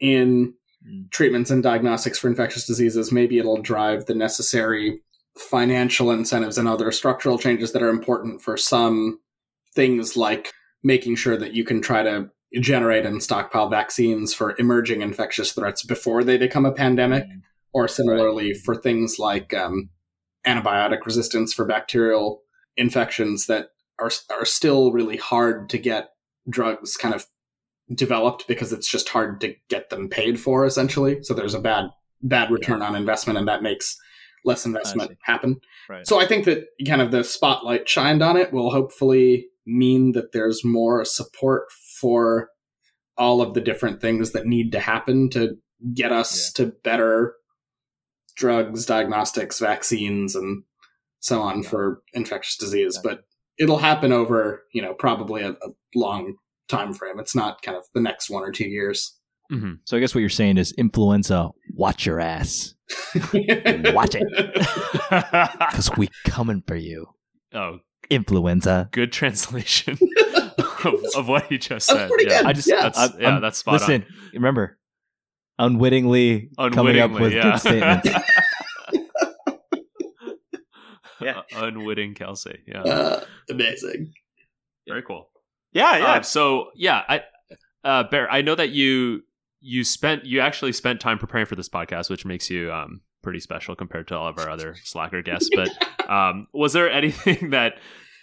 Speaker 4: in
Speaker 2: Mm.
Speaker 4: treatments and diagnostics for infectious diseases. Maybe it'll drive the necessary financial incentives and other structural changes that are important for some things like making sure that you can try to generate and stockpile vaccines for emerging infectious threats before they become a pandemic or similarly for things like um, antibiotic resistance for bacterial infections that are are still really hard to get drugs kind of developed because it's just hard to get them paid for essentially. So there's a bad bad return on investment, and that makes less investment
Speaker 2: see.
Speaker 4: happen.
Speaker 2: Right.
Speaker 4: So I think that kind of the spotlight shined on it will hopefully mean that there's more support for all of the different things that need to happen to get us to better drugs, diagnostics, vaccines, and so on for infectious disease.
Speaker 2: Gotcha.
Speaker 4: But it'll happen over, you know, probably a, a long time frame. It's not kind of the next one or two years.
Speaker 1: Mhm.
Speaker 2: um, So I guess what you're saying is influenza. Watch your ass. Watch it, because we coming for you.
Speaker 1: Oh,
Speaker 2: Influenza.
Speaker 1: good translation of, of what he just
Speaker 4: That's
Speaker 1: said.
Speaker 4: pretty
Speaker 1: yeah.
Speaker 4: good.
Speaker 2: I just
Speaker 4: Yeah.
Speaker 1: That's,
Speaker 2: I'm-
Speaker 1: yeah,
Speaker 2: I'm-
Speaker 1: that's spot
Speaker 2: listen. Remember, unwittingly,
Speaker 1: on.
Speaker 2: coming up with
Speaker 1: yeah.
Speaker 2: good statements.
Speaker 1: yeah. Uh, Unwitting Kelsey. Yeah.
Speaker 4: Uh, amazing.
Speaker 1: Very cool.
Speaker 2: yeah,
Speaker 1: Uh, so yeah, I uh Bear, I know that you you spent you actually spent time preparing for this podcast, which makes you um pretty special compared to all of our other slacker guests. But um was there anything that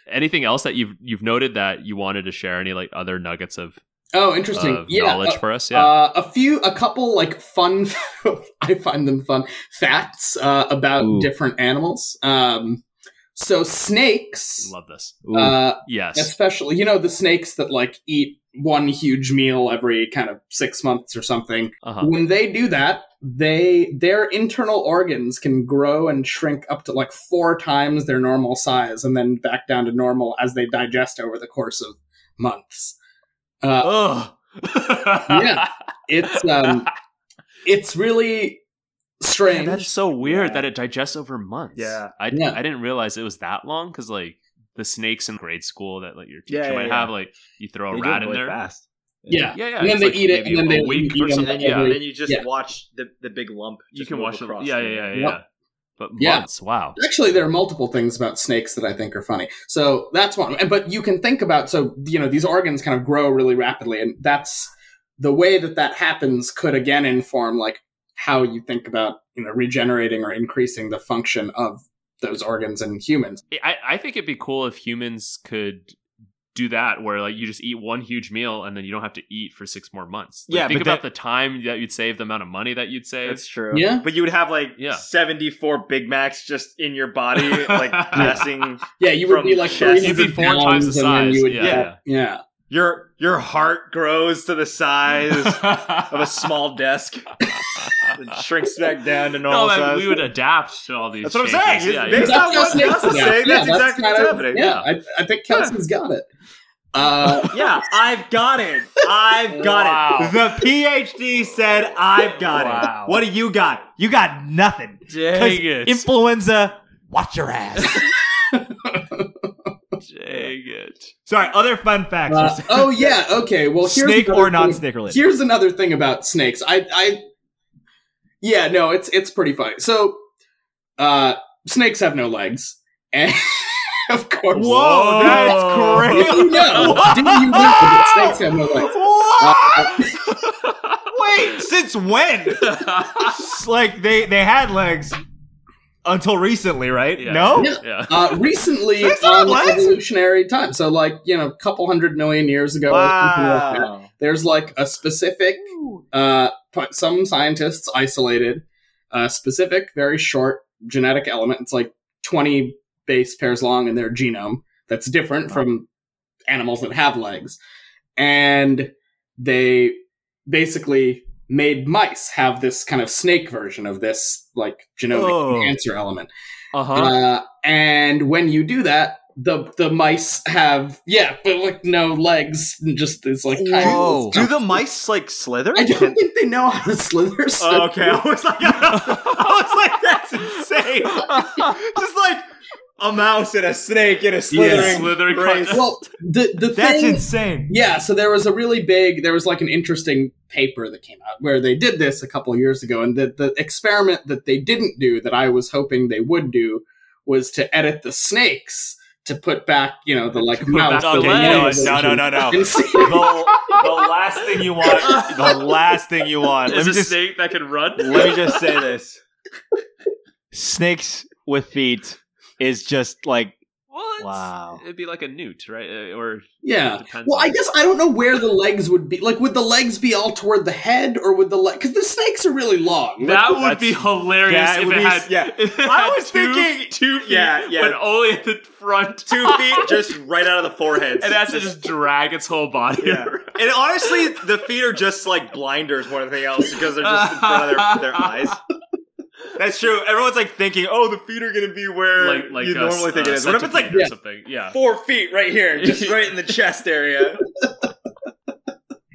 Speaker 1: anything else that you've you've noted that you wanted to share? Any like other nuggets of
Speaker 4: Oh, interesting.
Speaker 1: of
Speaker 4: yeah,
Speaker 1: knowledge
Speaker 4: uh,
Speaker 1: for us. Yeah.
Speaker 4: Uh, a few, a couple like fun, I find them fun facts uh, about
Speaker 2: Ooh.
Speaker 4: different animals. Um, so snakes,
Speaker 1: Love this.
Speaker 2: Ooh.
Speaker 4: uh,
Speaker 1: Yes.
Speaker 4: especially you know the snakes that like eat one huge meal every kind of six months or something.
Speaker 1: Uh-huh.
Speaker 4: When they do that, they their internal organs can grow and shrink up to like four times their normal size, and then back down to normal as they digest over the course of months. Uh,
Speaker 1: Ugh.
Speaker 4: yeah, it's um, it's really strange.
Speaker 1: that's so weird that it digests over months.
Speaker 5: Yeah.
Speaker 1: I,
Speaker 4: Yeah.
Speaker 1: I didn't realize it was that long because like the snakes in grade school that like your
Speaker 5: Yeah,
Speaker 1: teacher
Speaker 5: yeah,
Speaker 1: might
Speaker 5: yeah.
Speaker 1: have like you throw a
Speaker 5: They do
Speaker 1: rat
Speaker 5: it
Speaker 1: in
Speaker 5: really
Speaker 1: there.
Speaker 5: fast.
Speaker 4: yeah.
Speaker 1: Yeah, yeah.
Speaker 4: And then
Speaker 1: it's,
Speaker 4: they
Speaker 1: like,
Speaker 4: eat it,
Speaker 1: maybe
Speaker 4: and then
Speaker 1: a
Speaker 4: they
Speaker 1: week
Speaker 4: eat
Speaker 1: or
Speaker 4: them
Speaker 1: something.
Speaker 4: every-
Speaker 1: Yeah,
Speaker 5: And then you just
Speaker 4: Yeah.
Speaker 5: watch the, the big lump.
Speaker 1: you
Speaker 5: just
Speaker 1: can
Speaker 5: move
Speaker 1: watch them.
Speaker 5: across
Speaker 1: Yeah,
Speaker 5: the-
Speaker 1: yeah, yeah,
Speaker 4: Yep.
Speaker 1: yeah. But
Speaker 4: Yeah.
Speaker 1: months. Wow.
Speaker 4: Actually, there are multiple things about snakes that I think are funny. So that's one. And- But you can think about so you know these organs kind of grow really rapidly, and that's the way that that happens could again inform like how you think about you know regenerating or increasing the function of those organs in humans.
Speaker 1: I, I think it'd be cool if humans could do that where like you just eat one huge meal and then you don't have to eat for six more months. Like,
Speaker 2: Yeah,
Speaker 1: think
Speaker 2: but
Speaker 1: about the time that you'd save, the amount of money that you'd save.
Speaker 5: That's true.
Speaker 4: Yeah.
Speaker 5: But you would have like
Speaker 1: Yeah.
Speaker 5: 74 Big Macs just in your body, like passing.
Speaker 4: Yeah, you would
Speaker 5: From
Speaker 4: be like
Speaker 5: chest-
Speaker 4: three
Speaker 1: You'd be
Speaker 4: hundred
Speaker 1: four times the
Speaker 4: pounds, and then
Speaker 1: size.
Speaker 4: you would
Speaker 1: yeah.
Speaker 4: yeah.
Speaker 5: Your your heart grows to the size of a small desk. and shrinks back down to normal
Speaker 1: No, I
Speaker 5: size.
Speaker 1: mean, we would adapt to all these.
Speaker 5: That's what I'm
Speaker 1: changes.
Speaker 5: saying.
Speaker 1: Yeah,
Speaker 5: It's
Speaker 1: yeah.
Speaker 5: based on- That's what
Speaker 4: Snakes
Speaker 5: Kelsey's
Speaker 4: are now.
Speaker 5: saying. That's exactly what's
Speaker 4: kinda-
Speaker 5: happening.
Speaker 4: Yeah, I, I think Kelsey's got it. Uh,
Speaker 5: yeah, I've got it. I've got
Speaker 1: Wow.
Speaker 5: it. The PhD said I've got
Speaker 1: Wow.
Speaker 5: it. What do you got? You got nothing. 'Cause
Speaker 1: Dang it.
Speaker 5: Influenza, watch your ass.
Speaker 1: Dang it.
Speaker 5: Sorry, other fun facts.
Speaker 4: uh, oh yeah, okay. Well, here's
Speaker 5: snake
Speaker 4: another
Speaker 5: or
Speaker 4: thing-
Speaker 5: non-snake related.
Speaker 4: Here's another thing about snakes. I, I, yeah, no, it's it's pretty funny. So, uh, snakes have no legs, and of course,
Speaker 5: Whoa,
Speaker 1: Whoa.
Speaker 5: that's
Speaker 4: Did
Speaker 5: crazy.
Speaker 4: you know? Did you know that snakes have no legs?
Speaker 5: What? Wait, since when? S- like they they had legs until recently, right?
Speaker 1: Yeah.
Speaker 5: No.
Speaker 4: Yeah.
Speaker 1: Yeah.
Speaker 4: Uh, recently,
Speaker 5: Snakes have
Speaker 4: on
Speaker 5: legs?
Speaker 4: evolutionary time, so like you know, a couple hundred million years ago, or something like that.
Speaker 5: Wow.
Speaker 4: there's like a specific uh p- some scientists isolated a specific very short genetic element it's like 20 base pairs long in their genome that's different from animals that have legs and they basically made mice have this kind of snake version of this like genomic
Speaker 1: Oh.
Speaker 4: cancer element
Speaker 1: Uh-huh.
Speaker 4: uh, and when you do that the the mice have yeah but like no legs and just it's like tiny
Speaker 2: Whoa.
Speaker 5: Do the mice like slither?
Speaker 4: I don't think they know how to slither. So
Speaker 5: Oh, okay, I was like, I was like, that's insane. Just like a mouse and a snake and a slithering.
Speaker 1: Slithering
Speaker 5: race.
Speaker 1: contest.
Speaker 4: Well, the the
Speaker 5: That's
Speaker 4: thing,
Speaker 5: insane.
Speaker 4: yeah. So there was a really big, there was like an interesting paper that came out where they did this a couple of years ago, and the the experiment that they didn't do that I was hoping they would do was to edit the snakes to put back, you know, the like mouse.
Speaker 1: back
Speaker 4: the
Speaker 1: the
Speaker 4: lion
Speaker 1: legs.
Speaker 4: version.
Speaker 5: No, no, no, no.
Speaker 4: And see-
Speaker 5: the, the last thing you want. The last thing you want. Let
Speaker 1: Is
Speaker 5: me
Speaker 1: a
Speaker 5: just
Speaker 1: snake that can run?
Speaker 5: let me just say this.
Speaker 2: Snakes with feet is just like
Speaker 1: What?
Speaker 2: Wow.
Speaker 1: It'd be like a newt, right? Uh, Or
Speaker 4: yeah.
Speaker 1: depends.
Speaker 4: Well,
Speaker 1: on-
Speaker 4: I guess I don't know where the legs would be. Like, would the legs be all toward the head, or would the leg? Because the snakes are really long.
Speaker 1: that
Speaker 5: That's-
Speaker 1: would be hilarious
Speaker 5: that
Speaker 1: if
Speaker 5: would
Speaker 1: it
Speaker 5: be-
Speaker 1: had.
Speaker 5: yeah.
Speaker 1: if it
Speaker 5: I
Speaker 1: had
Speaker 5: was
Speaker 1: two-
Speaker 5: thinking-
Speaker 1: two feet,
Speaker 5: Yeah, yeah.
Speaker 1: but only at the front,
Speaker 5: Two feet just right out of the forehead.
Speaker 1: and has to just drag its whole body.
Speaker 5: Yeah.
Speaker 1: around.
Speaker 5: And honestly, the feet are just like blinders more than anything else because they're just in front of their, their eyes. That's true. Everyone's like thinking, oh, the feet are going to be where
Speaker 1: Like like
Speaker 5: you
Speaker 1: a,
Speaker 5: normally think it
Speaker 1: a
Speaker 5: is. What if it's like
Speaker 1: centipede or something? Yeah.
Speaker 5: four feet right here, just right in the chest area?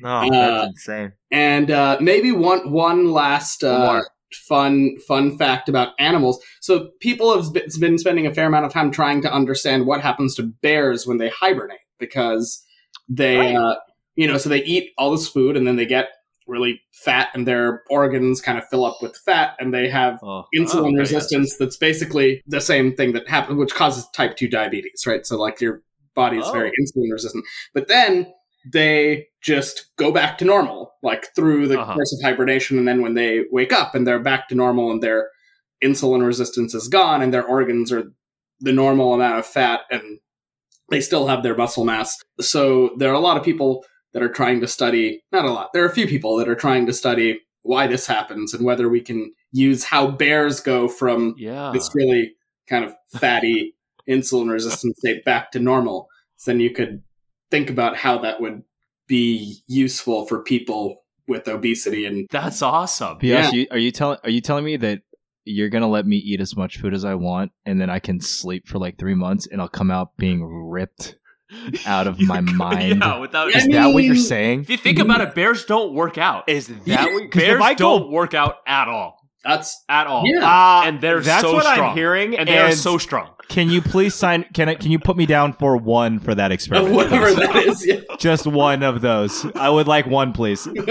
Speaker 5: No,
Speaker 4: that's
Speaker 5: insane.
Speaker 4: And uh, maybe one one last uh, fun fun fact about animals. So people have been- been spending a fair amount of time trying to understand what happens to bears when they hibernate because they uh, you know so they eat all this food and then they get really fat and their organs kind of fill up with fat and they have
Speaker 2: oh,
Speaker 4: insulin
Speaker 1: Oh, okay,
Speaker 4: resistance that's basically the same thing that happened which causes type 2 diabetes right so like your body is very insulin resistant but then they just go back to normal like through the
Speaker 1: Uh-huh.
Speaker 4: course of hibernation and then when they wake up and they're back to normal and their insulin resistance is gone and their organs are the normal amount of fat and they still have their muscle mass so there are a lot of people that are trying to study, not a lot, there are a few people that are trying to study why this happens and whether we can use how bears go from
Speaker 1: Yeah.
Speaker 4: this really kind of fatty insulin resistant state back to normal. So then you could think about how that would be useful for people with obesity and
Speaker 1: That's awesome.
Speaker 2: P.S. You, are you telling Are you telling me that you're gonna let me eat as much food as I want, and then I can sleep for like three months, and I'll come out being ripped out of
Speaker 1: You
Speaker 2: my
Speaker 1: could-
Speaker 2: mind?
Speaker 1: Yeah, without
Speaker 2: Is that what you're
Speaker 4: mean-
Speaker 2: saying?
Speaker 1: if you think about it, bears don't work out.
Speaker 2: Is
Speaker 4: that
Speaker 2: what
Speaker 1: bears don't work out at all.
Speaker 4: that's
Speaker 1: At all.
Speaker 4: Yeah.
Speaker 2: Uh,
Speaker 1: And they're
Speaker 2: that's
Speaker 1: so
Speaker 2: what
Speaker 1: strong.
Speaker 2: I'm hearing,
Speaker 1: And they are so strong.
Speaker 2: Can you please sign? Can I? Can you put me down for one for that experiment?
Speaker 4: whatever
Speaker 2: please?
Speaker 4: that is.
Speaker 2: Just one of those. I would like one, please.
Speaker 4: Yeah.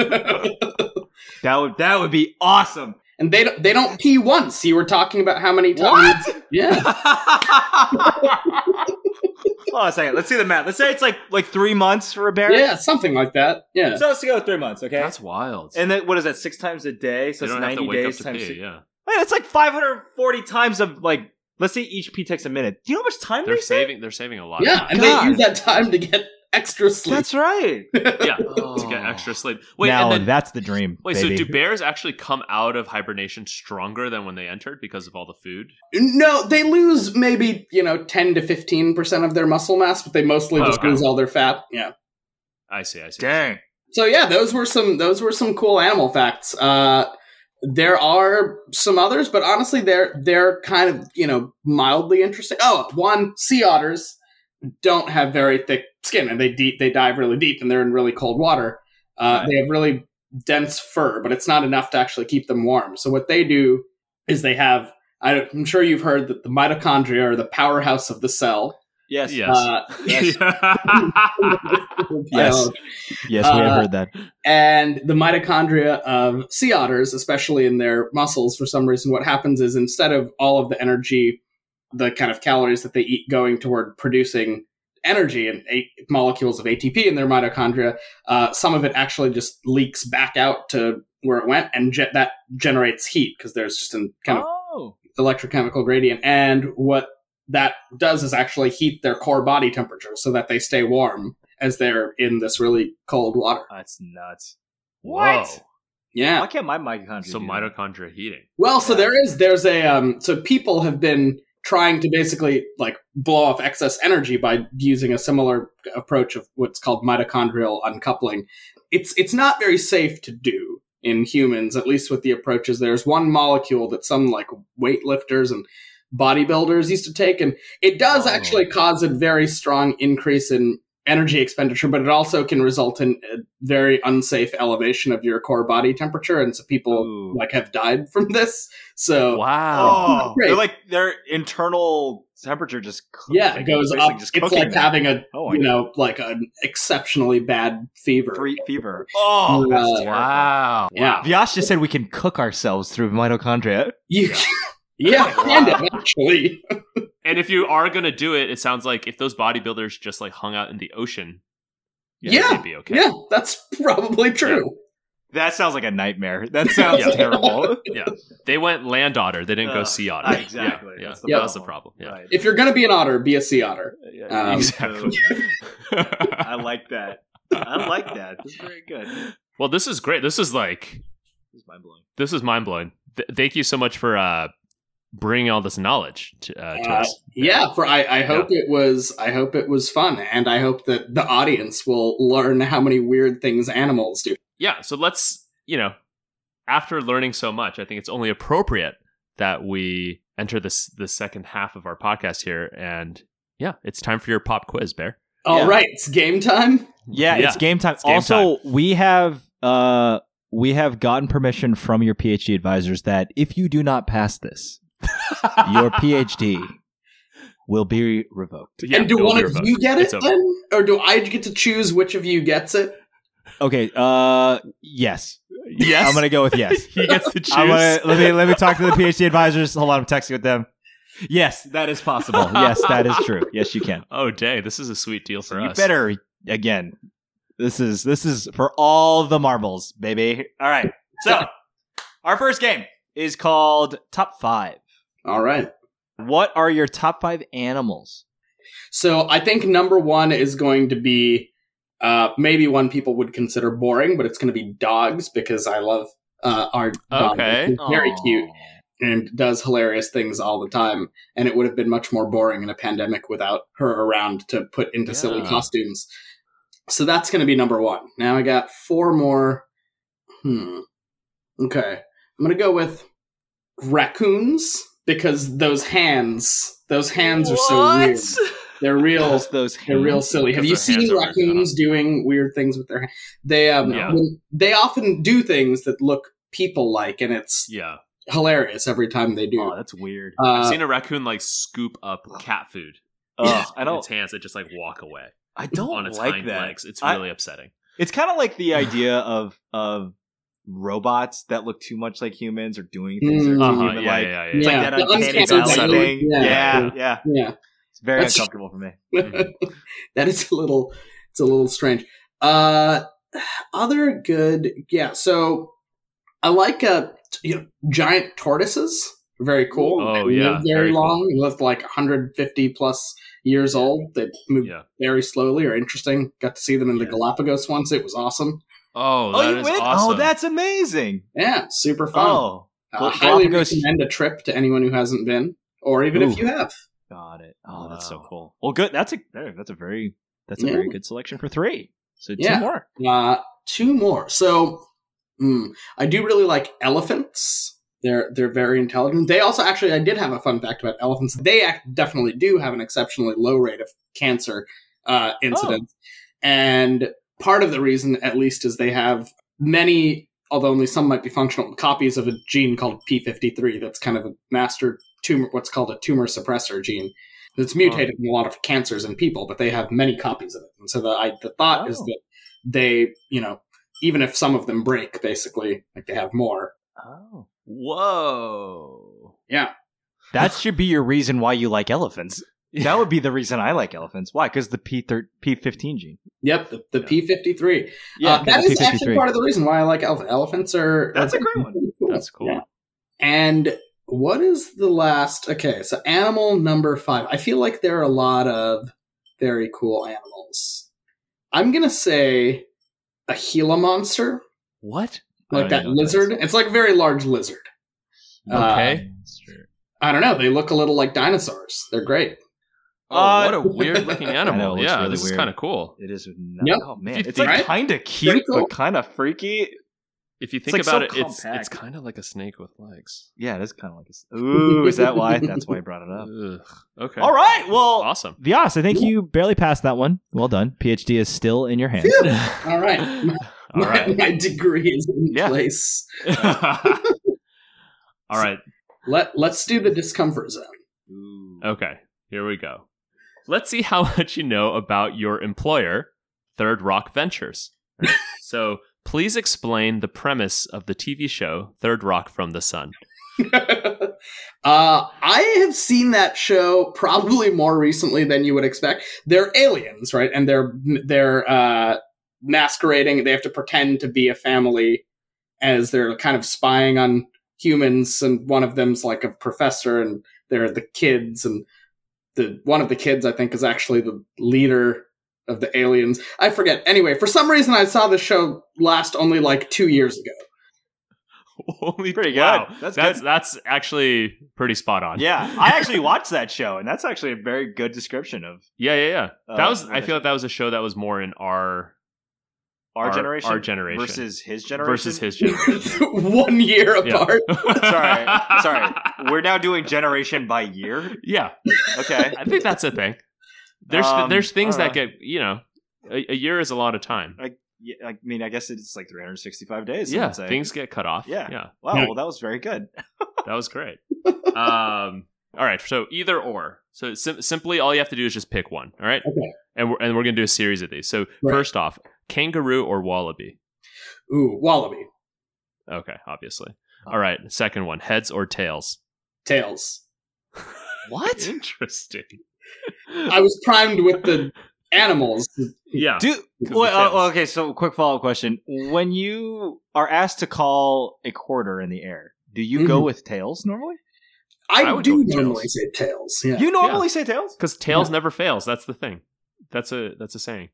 Speaker 2: That would that would be awesome.
Speaker 4: and they don't, they don't pee once. You were talking about how many times? Yeah.
Speaker 2: Hold on a second. Let's see the math. Let's say it's like like three months for a bear.
Speaker 4: Yeah, something like that. Yeah.
Speaker 2: So let's go with three months. Okay.
Speaker 1: That's wild.
Speaker 2: and then what is that? Six times a day. So
Speaker 1: they
Speaker 2: it's
Speaker 1: don't have to
Speaker 2: ninety
Speaker 1: wake up
Speaker 2: days
Speaker 1: to
Speaker 2: times.
Speaker 1: pee.
Speaker 2: six-
Speaker 1: Yeah.
Speaker 2: Man, that's like five hundred forty times of like. Let's say each pee takes a minute. Do you know how much time
Speaker 1: They're
Speaker 2: they save?
Speaker 1: saving they're saving a lot.
Speaker 4: yeah, and
Speaker 2: God.
Speaker 4: they use that time to get extra sleep.
Speaker 2: That's right.
Speaker 1: Yeah. To
Speaker 2: Oh.
Speaker 1: get extra sleep. Wait,
Speaker 2: now
Speaker 1: and then
Speaker 2: that's the dream.
Speaker 1: Wait,
Speaker 2: baby.
Speaker 1: so do bears actually come out of hibernation stronger than when they entered because of all the food?
Speaker 4: no, they lose maybe, you know, 10 to 15% of their muscle mass, but they mostly
Speaker 1: Oh,
Speaker 4: just
Speaker 1: okay.
Speaker 4: lose all their fat. Yeah.
Speaker 1: I see, I see.
Speaker 2: Dang.
Speaker 4: So yeah, those were some those were some cool animal facts. Uh there are some others, but honestly they're they're kind of, you know, mildly interesting. Oh, one sea otters don't have very thick skin and they deep they dive really deep and they're in really cold water. Uh, they have really dense fur, but it's not enough to actually keep them warm. So what they do is they have I don't, I'm sure you've heard that the mitochondria are the powerhouse of the cell.
Speaker 2: Yes.
Speaker 1: Yes.
Speaker 4: Uh,
Speaker 2: Yes. Yes, we have
Speaker 4: Uh,
Speaker 2: heard that.
Speaker 4: and the mitochondria of sea otters, especially in their muscles, for some reason, what happens is instead of all of the energy, the kind of calories that they eat going toward producing energy and eight molecules of ATP in their mitochondria, uh, some of it actually just leaks back out to where it went, and ge- that generates heat because there's just an kind of
Speaker 2: Oh.
Speaker 4: electrochemical gradient. And what that does is actually heat their core body temperature so that they stay warm as they're in this really cold water.
Speaker 2: That's nuts.
Speaker 1: Whoa.
Speaker 4: Yeah.
Speaker 2: Why can't my mitochondria?
Speaker 1: So
Speaker 2: do that?
Speaker 1: mitochondria heating.
Speaker 4: Well, so
Speaker 2: Yeah.
Speaker 4: there is there's a um so people have been trying to basically like blow off excess energy by using a similar approach of what's called mitochondrial uncoupling. It's it's not very safe to do in humans, at least with the approaches. There's one molecule that some like weightlifters and bodybuilders used to take, and it does
Speaker 1: Oh.
Speaker 4: actually cause a very strong increase in energy expenditure, but it also can result in a very unsafe elevation of your core body temperature, and so people
Speaker 2: Ooh.
Speaker 4: like have died from this. So
Speaker 1: Wow.
Speaker 2: Oh,
Speaker 4: Great.
Speaker 2: they're like their internal temperature just cook-
Speaker 4: yeah,
Speaker 2: like,
Speaker 4: it goes
Speaker 2: basically
Speaker 4: up.
Speaker 2: Just
Speaker 4: it's
Speaker 2: cooking
Speaker 4: like
Speaker 2: them.
Speaker 4: having a
Speaker 2: oh,
Speaker 4: you know like an exceptionally bad fever.
Speaker 2: free fever.
Speaker 1: Oh,
Speaker 4: Uh,
Speaker 2: that's terrifying.
Speaker 1: wow.
Speaker 4: Yeah.
Speaker 2: Vyash just said we can cook ourselves through mitochondria.
Speaker 4: You, yeah, kind of actually.
Speaker 1: And if you are gonna do it, it sounds like if those bodybuilders just like hung out in the ocean,
Speaker 4: Yeah.
Speaker 1: they'd be okay.
Speaker 4: Yeah, that's probably true.
Speaker 2: That sounds like a nightmare. That sounds
Speaker 1: Yeah.
Speaker 2: terrible.
Speaker 1: They went land otter. They didn't go
Speaker 2: Ugh,
Speaker 1: sea otter.
Speaker 2: ah,
Speaker 1: Yeah,
Speaker 2: exactly.
Speaker 1: Yeah,
Speaker 2: That's the
Speaker 1: that was the problem.
Speaker 2: problem.
Speaker 1: Yeah.
Speaker 2: Right.
Speaker 4: If you're gonna be an otter, be a sea otter.
Speaker 2: Yeah,
Speaker 4: Um,
Speaker 1: Exactly.
Speaker 2: I like that. I like that. This is very good. This
Speaker 1: well, this is great. This is like
Speaker 2: is mind blowing.
Speaker 1: this is mind blowing. Th- thank you so much for uh, bringing all this knowledge to, uh, to
Speaker 4: Uh,
Speaker 1: us.
Speaker 4: Yeah, for I, I hope it was I hope it was fun, and I hope that the audience will learn how many weird things animals do.
Speaker 1: yeah so let's you know after learning so much i think it's only appropriate that we enter this the second half of our podcast here and yeah it's time for your pop quiz bear
Speaker 4: All Oh, right,
Speaker 2: Yeah.
Speaker 4: it's game time.
Speaker 2: Yeah,
Speaker 1: Yeah.
Speaker 2: it's game time.
Speaker 1: game
Speaker 2: also, we have uh we have gotten permission from your PhD advisors that if you do not pass this, your PhD will be revoked.
Speaker 1: yeah,
Speaker 4: and do
Speaker 1: it will
Speaker 4: one
Speaker 1: be
Speaker 4: of
Speaker 1: revoked.
Speaker 4: you get it
Speaker 1: It's over.
Speaker 4: then, or do I get to choose which of you gets it?
Speaker 2: Okay, uh yes.
Speaker 1: yes
Speaker 2: I'm gonna go with yes.
Speaker 1: he gets to choose
Speaker 2: I'm gonna, let me let me talk to the PhD advisors. Hold on, I'm texting with them. Yes, that is possible. yes, that is true. Yes, you can.
Speaker 1: oh dang this is a sweet deal for
Speaker 2: you
Speaker 1: us
Speaker 2: better again. This is this is for all the marbles, baby. All right. So, our first game is called Top 5.
Speaker 4: All right.
Speaker 2: What are your top 5 animals?
Speaker 4: So I think number one is going to be Uh, maybe one people would consider boring, but it's going to be dogs because I love uh, our dog.
Speaker 1: Okay.
Speaker 4: He's very cute and does hilarious things all the time. And it would have been much more boring in a pandemic without her around to put into silly
Speaker 1: Yeah.
Speaker 4: costumes. So that's going to be number one. Now I got four more. Hmm. Okay. I'm going to go with raccoons because those hands, those hands are so weird. They're real.
Speaker 2: those
Speaker 4: They're real silly. Have you
Speaker 1: Because their hands
Speaker 4: seen
Speaker 1: are weird.
Speaker 4: raccoons doing weird things with their hands? They um,
Speaker 1: Yeah.
Speaker 4: when- they often do things that look people like, and it's
Speaker 1: Yeah.
Speaker 4: hilarious every time they do.
Speaker 2: Oh, that's weird.
Speaker 4: Uh,
Speaker 1: I've seen a raccoon like scoop up cat food.
Speaker 2: Ugh, I
Speaker 1: in
Speaker 2: don't.
Speaker 1: Its hands that just like walk away
Speaker 2: I don't
Speaker 1: on its
Speaker 2: like
Speaker 1: hind
Speaker 2: that.
Speaker 1: legs. It's
Speaker 2: I-
Speaker 1: really upsetting.
Speaker 2: It's kind of like the idea of of robots that look too much like humans or doing things that are too
Speaker 4: Mm.
Speaker 1: Uh-huh,
Speaker 2: human-like.
Speaker 1: yeah, yeah, yeah,
Speaker 2: It's
Speaker 1: yeah.
Speaker 4: Yeah.
Speaker 2: like that
Speaker 4: The
Speaker 2: uncanny
Speaker 4: uncanny
Speaker 2: valley
Speaker 1: valley.
Speaker 2: thing.
Speaker 4: Yeah.
Speaker 2: Yeah, yeah.
Speaker 4: yeah,
Speaker 2: It's very
Speaker 4: That's-
Speaker 2: uncomfortable for me.
Speaker 4: that is a little. It's a little strange. Uh, other good, yeah. So I like uh, t- you know, giant tortoises. are Very cool.
Speaker 1: Oh,
Speaker 4: They
Speaker 1: yeah,
Speaker 4: lived very,
Speaker 1: very cool.
Speaker 4: long. They lived like 150 plus years old. They moved
Speaker 1: Yeah.
Speaker 4: very slowly or interesting. Got to see them in the Galapagos once. It was awesome.
Speaker 1: Oh, that is awesome.
Speaker 2: Oh, that's amazing.
Speaker 4: Yeah, super fun.
Speaker 2: Oh,
Speaker 4: I
Speaker 2: Gal-
Speaker 4: Uh, highly
Speaker 2: Galapagos-
Speaker 4: recommend a trip to anyone who hasn't been, or even
Speaker 2: Ooh.
Speaker 4: if you have.
Speaker 2: got it. Oh, that's so
Speaker 1: Wow.
Speaker 2: cool. Well, good. That's a there, that's a very that's a
Speaker 4: Yeah.
Speaker 2: very good selection for three. So two
Speaker 4: Yeah.
Speaker 2: more.
Speaker 4: Uh, two more. So, mm, I do really like elephants. They're they're very intelligent. They also actually, I did have a fun fact about elephants. They ac definitely do have an exceptionally low rate of cancer uh, incidence, and part of the reason, at least, is they have many, although only some might be functional, copies of a gene called p53. That's kind of a master tumor, what's called a tumor suppressor gene. That's mutated in a lot of cancers in people, but they have many copies of it. And so the I, the thought is
Speaker 2: Oh.
Speaker 4: that they, you know, even if some of them break, basically, like they have more.
Speaker 2: Oh,
Speaker 5: Whoa.
Speaker 4: Yeah.
Speaker 2: that should be your reason why you like elephants. That would be the reason I like elephants. Why? Because the P thir- P fifteen gene.
Speaker 4: Yep. The, the P53.
Speaker 2: Yeah,
Speaker 4: Uh, that
Speaker 2: the
Speaker 4: is actually
Speaker 2: P53.
Speaker 4: part of the reason why I like elephants. Elephants are.
Speaker 2: That's
Speaker 4: are
Speaker 2: a great one.
Speaker 4: pretty cool.
Speaker 1: That's cool.
Speaker 4: Yeah. And what is the last? Okay, so animal number five. I feel like there are a lot of very cool animals. I'm gonna say a Gila monster,
Speaker 2: What?
Speaker 4: like
Speaker 1: Oh,
Speaker 4: that
Speaker 1: yeah, that's-
Speaker 4: lizard. It's like a very large lizard. Uh,
Speaker 1: Okay.
Speaker 4: I don't know. They look a little like dinosaurs. They're great.
Speaker 1: Oh,
Speaker 2: Uh,
Speaker 1: what a weird looking animal.
Speaker 2: I know, it looks
Speaker 1: yeah,
Speaker 2: really
Speaker 1: this is
Speaker 2: weird.
Speaker 1: kind of cool.
Speaker 2: It is. Not,
Speaker 4: Yep.
Speaker 2: Oh man,
Speaker 1: If you
Speaker 2: it's like
Speaker 4: think-
Speaker 2: kind of cute,
Speaker 4: cool.
Speaker 2: but kind of freaky.
Speaker 1: If you
Speaker 2: It's,
Speaker 1: think
Speaker 2: like, so
Speaker 1: about it, it's it's
Speaker 2: compact.
Speaker 1: kind of like a snake with legs.
Speaker 2: Yeah, it is kind of like. A, s- ooh, is that why? That's why I brought it up.
Speaker 1: Ugh. Okay.
Speaker 2: All right. Well,
Speaker 1: Awesome.
Speaker 2: the Vias, I think you barely passed that one. Well done. PhD is still in your hands.
Speaker 4: All right. My,
Speaker 1: All right.
Speaker 4: my degree is in
Speaker 2: Yeah.
Speaker 4: place.
Speaker 1: All right.
Speaker 4: Let Let's do the discomfort zone.
Speaker 1: Okay, here we go. Let's see how much you know about your employer, Third Rock Ventures. so, please explain the premise of the TV show Third Rock from the Sun.
Speaker 4: uh, I have seen that show probably more recently than you would expect. They're aliens, right? And they're they're uh, masquerading. They have to pretend to be a family as they're kind of spying on humans. And one of them's like a professor, and they're the kids. And the one of the kids, I think, is actually the leader of the aliens. I forget. Anyway, for some reason, I saw this show last only like two years ago.
Speaker 1: Holy
Speaker 2: Pretty good.
Speaker 1: wow.
Speaker 2: That's
Speaker 1: that's
Speaker 2: good.
Speaker 1: that's actually pretty spot on.
Speaker 2: Yeah, I actually watched that show, and that's actually a very good description of
Speaker 1: yeah, yeah, yeah. That
Speaker 2: Uh,
Speaker 1: was. I feel like that was a show that was more in our
Speaker 2: our, generation,
Speaker 1: our generation
Speaker 2: versus his generation
Speaker 1: versus his generation.
Speaker 4: one year
Speaker 1: Yeah.
Speaker 4: apart.
Speaker 2: sorry, sorry. We're now doing generation by year.
Speaker 1: Yeah,
Speaker 2: Okay.
Speaker 1: I think that's a thing. There's
Speaker 2: Um,
Speaker 1: there's things
Speaker 2: I
Speaker 1: that
Speaker 2: don't
Speaker 1: get you know, a, a year is a lot of time.
Speaker 2: Yeah, I mean, I guess it's like 365 days.
Speaker 1: yeah,
Speaker 2: I'd say.
Speaker 1: things get cut off.
Speaker 2: Yeah.
Speaker 1: yeah,
Speaker 2: Wow.
Speaker 4: Yeah.
Speaker 2: Well, that was very good.
Speaker 1: that was great. um, all right, so either or. So sim- simply, all you have to do is just pick one. All right,
Speaker 4: Okay.
Speaker 1: and we're and we're gonna do a series of these. So
Speaker 4: Right.
Speaker 1: first off, kangaroo or wallaby.
Speaker 4: Ooh, wallaby.
Speaker 1: Okay, obviously. All right, second one, heads or tails.
Speaker 4: Tails.
Speaker 2: What?
Speaker 1: Interesting.
Speaker 4: I was primed with the animals.
Speaker 1: Yeah.
Speaker 2: Do
Speaker 1: Because
Speaker 2: well,
Speaker 1: the
Speaker 2: uh,
Speaker 1: tails.
Speaker 2: okay. So, quick follow up question: When you are asked to call a quarter in the air, do you go
Speaker 4: Mhm.
Speaker 2: with tails normally?
Speaker 4: I,
Speaker 1: I would go
Speaker 4: do
Speaker 1: with
Speaker 4: normally
Speaker 1: tails.
Speaker 4: say tails. Yeah.
Speaker 2: You normally say tails.
Speaker 1: Because tails never fails. That's the thing. That's a that's a saying.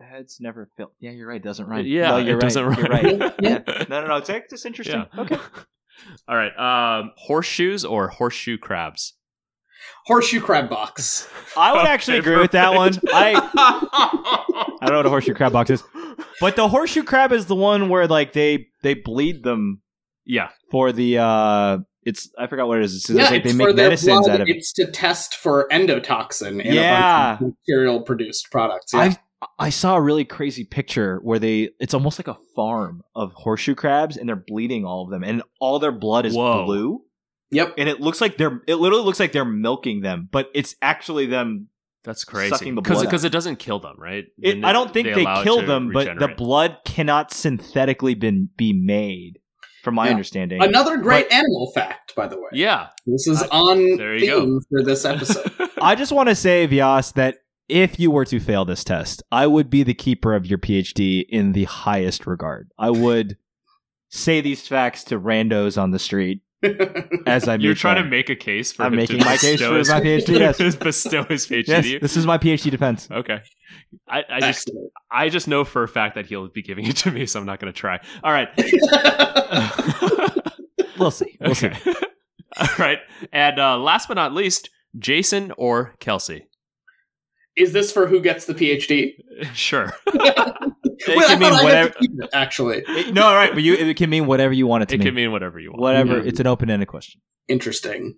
Speaker 2: heads never fill. Yeah, you're right. It doesn't rhyme.
Speaker 1: Yeah,
Speaker 2: No, you're
Speaker 1: it
Speaker 2: right.
Speaker 1: doesn't
Speaker 2: You're
Speaker 1: rhyme.
Speaker 2: right. yeah. No, no, no. It's just interesting.
Speaker 1: Yeah.
Speaker 2: Okay.
Speaker 1: All right. Um, horseshoes or horseshoe crabs?
Speaker 4: Horseshoe crab box.
Speaker 2: I would actually
Speaker 1: Okay,
Speaker 2: agree with that one.
Speaker 1: perfect.
Speaker 2: I I don't know what a horseshoe crab box is, but the horseshoe crab is the one where like they they bleed them
Speaker 1: Yeah.
Speaker 2: for the uh it's I forgot what it is. It's
Speaker 4: yeah,
Speaker 2: like
Speaker 4: it's
Speaker 2: they
Speaker 4: for
Speaker 2: make
Speaker 4: their
Speaker 2: medicines
Speaker 4: blood.
Speaker 2: out of it.
Speaker 4: It's to test for endotoxin in
Speaker 2: Yeah.
Speaker 4: a bunch of material produced products. Yeah.
Speaker 2: I've I saw a really crazy picture where they it's almost like a farm of horseshoe crabs and they're bleeding all of them and all their blood is
Speaker 1: Whoa.
Speaker 2: blue
Speaker 4: yep.
Speaker 2: and it looks like they're it literally looks like they're milking them but it's actually them
Speaker 1: That's crazy.
Speaker 2: Sucking the
Speaker 1: Because
Speaker 2: blood out.
Speaker 1: because it doesn't kill them, right?
Speaker 2: it,
Speaker 1: Then
Speaker 2: I don't think they,
Speaker 1: allow it
Speaker 2: kill
Speaker 1: to
Speaker 2: them but the
Speaker 1: regenerate.
Speaker 2: blood cannot synthetically been be made from my
Speaker 4: Yeah.
Speaker 2: understanding
Speaker 4: Another great animal fact, by the way.
Speaker 1: Yeah.
Speaker 4: This is
Speaker 1: I-
Speaker 4: on
Speaker 1: there you
Speaker 4: theme for this episode.
Speaker 2: I just want to say Vyas that if you were to fail this test I would be the keeper of your PhD in the highest regard I would say these facts to randos on the street as I
Speaker 1: You're
Speaker 2: meet
Speaker 1: trying
Speaker 2: them.
Speaker 1: to make a case for
Speaker 2: I'm
Speaker 1: him
Speaker 2: making
Speaker 1: to
Speaker 2: my case for
Speaker 1: bestow his-
Speaker 2: my PhD. Yes,
Speaker 1: bestow his PhD.
Speaker 2: yes, this is my PhD defense.
Speaker 1: Okay. I, I just
Speaker 4: Excellent.
Speaker 1: I just know for a fact that he'll be giving it to me, so I'm not going to try. All right.
Speaker 2: We'll see. We'll see.
Speaker 1: okay. All right. And uh, last but not least, Jason or Kelsey?
Speaker 4: is this for who gets the PhD?
Speaker 1: Sure.
Speaker 2: It
Speaker 4: Wait, I
Speaker 2: can mean
Speaker 4: thought I had
Speaker 2: whatever.
Speaker 4: to keep it, actually,
Speaker 2: it- no, all right, but you it can mean whatever you want it to
Speaker 1: It
Speaker 2: mean.
Speaker 1: can mean whatever you want.
Speaker 2: whatever.
Speaker 4: Yeah.
Speaker 2: It's an open-ended question.
Speaker 4: interesting.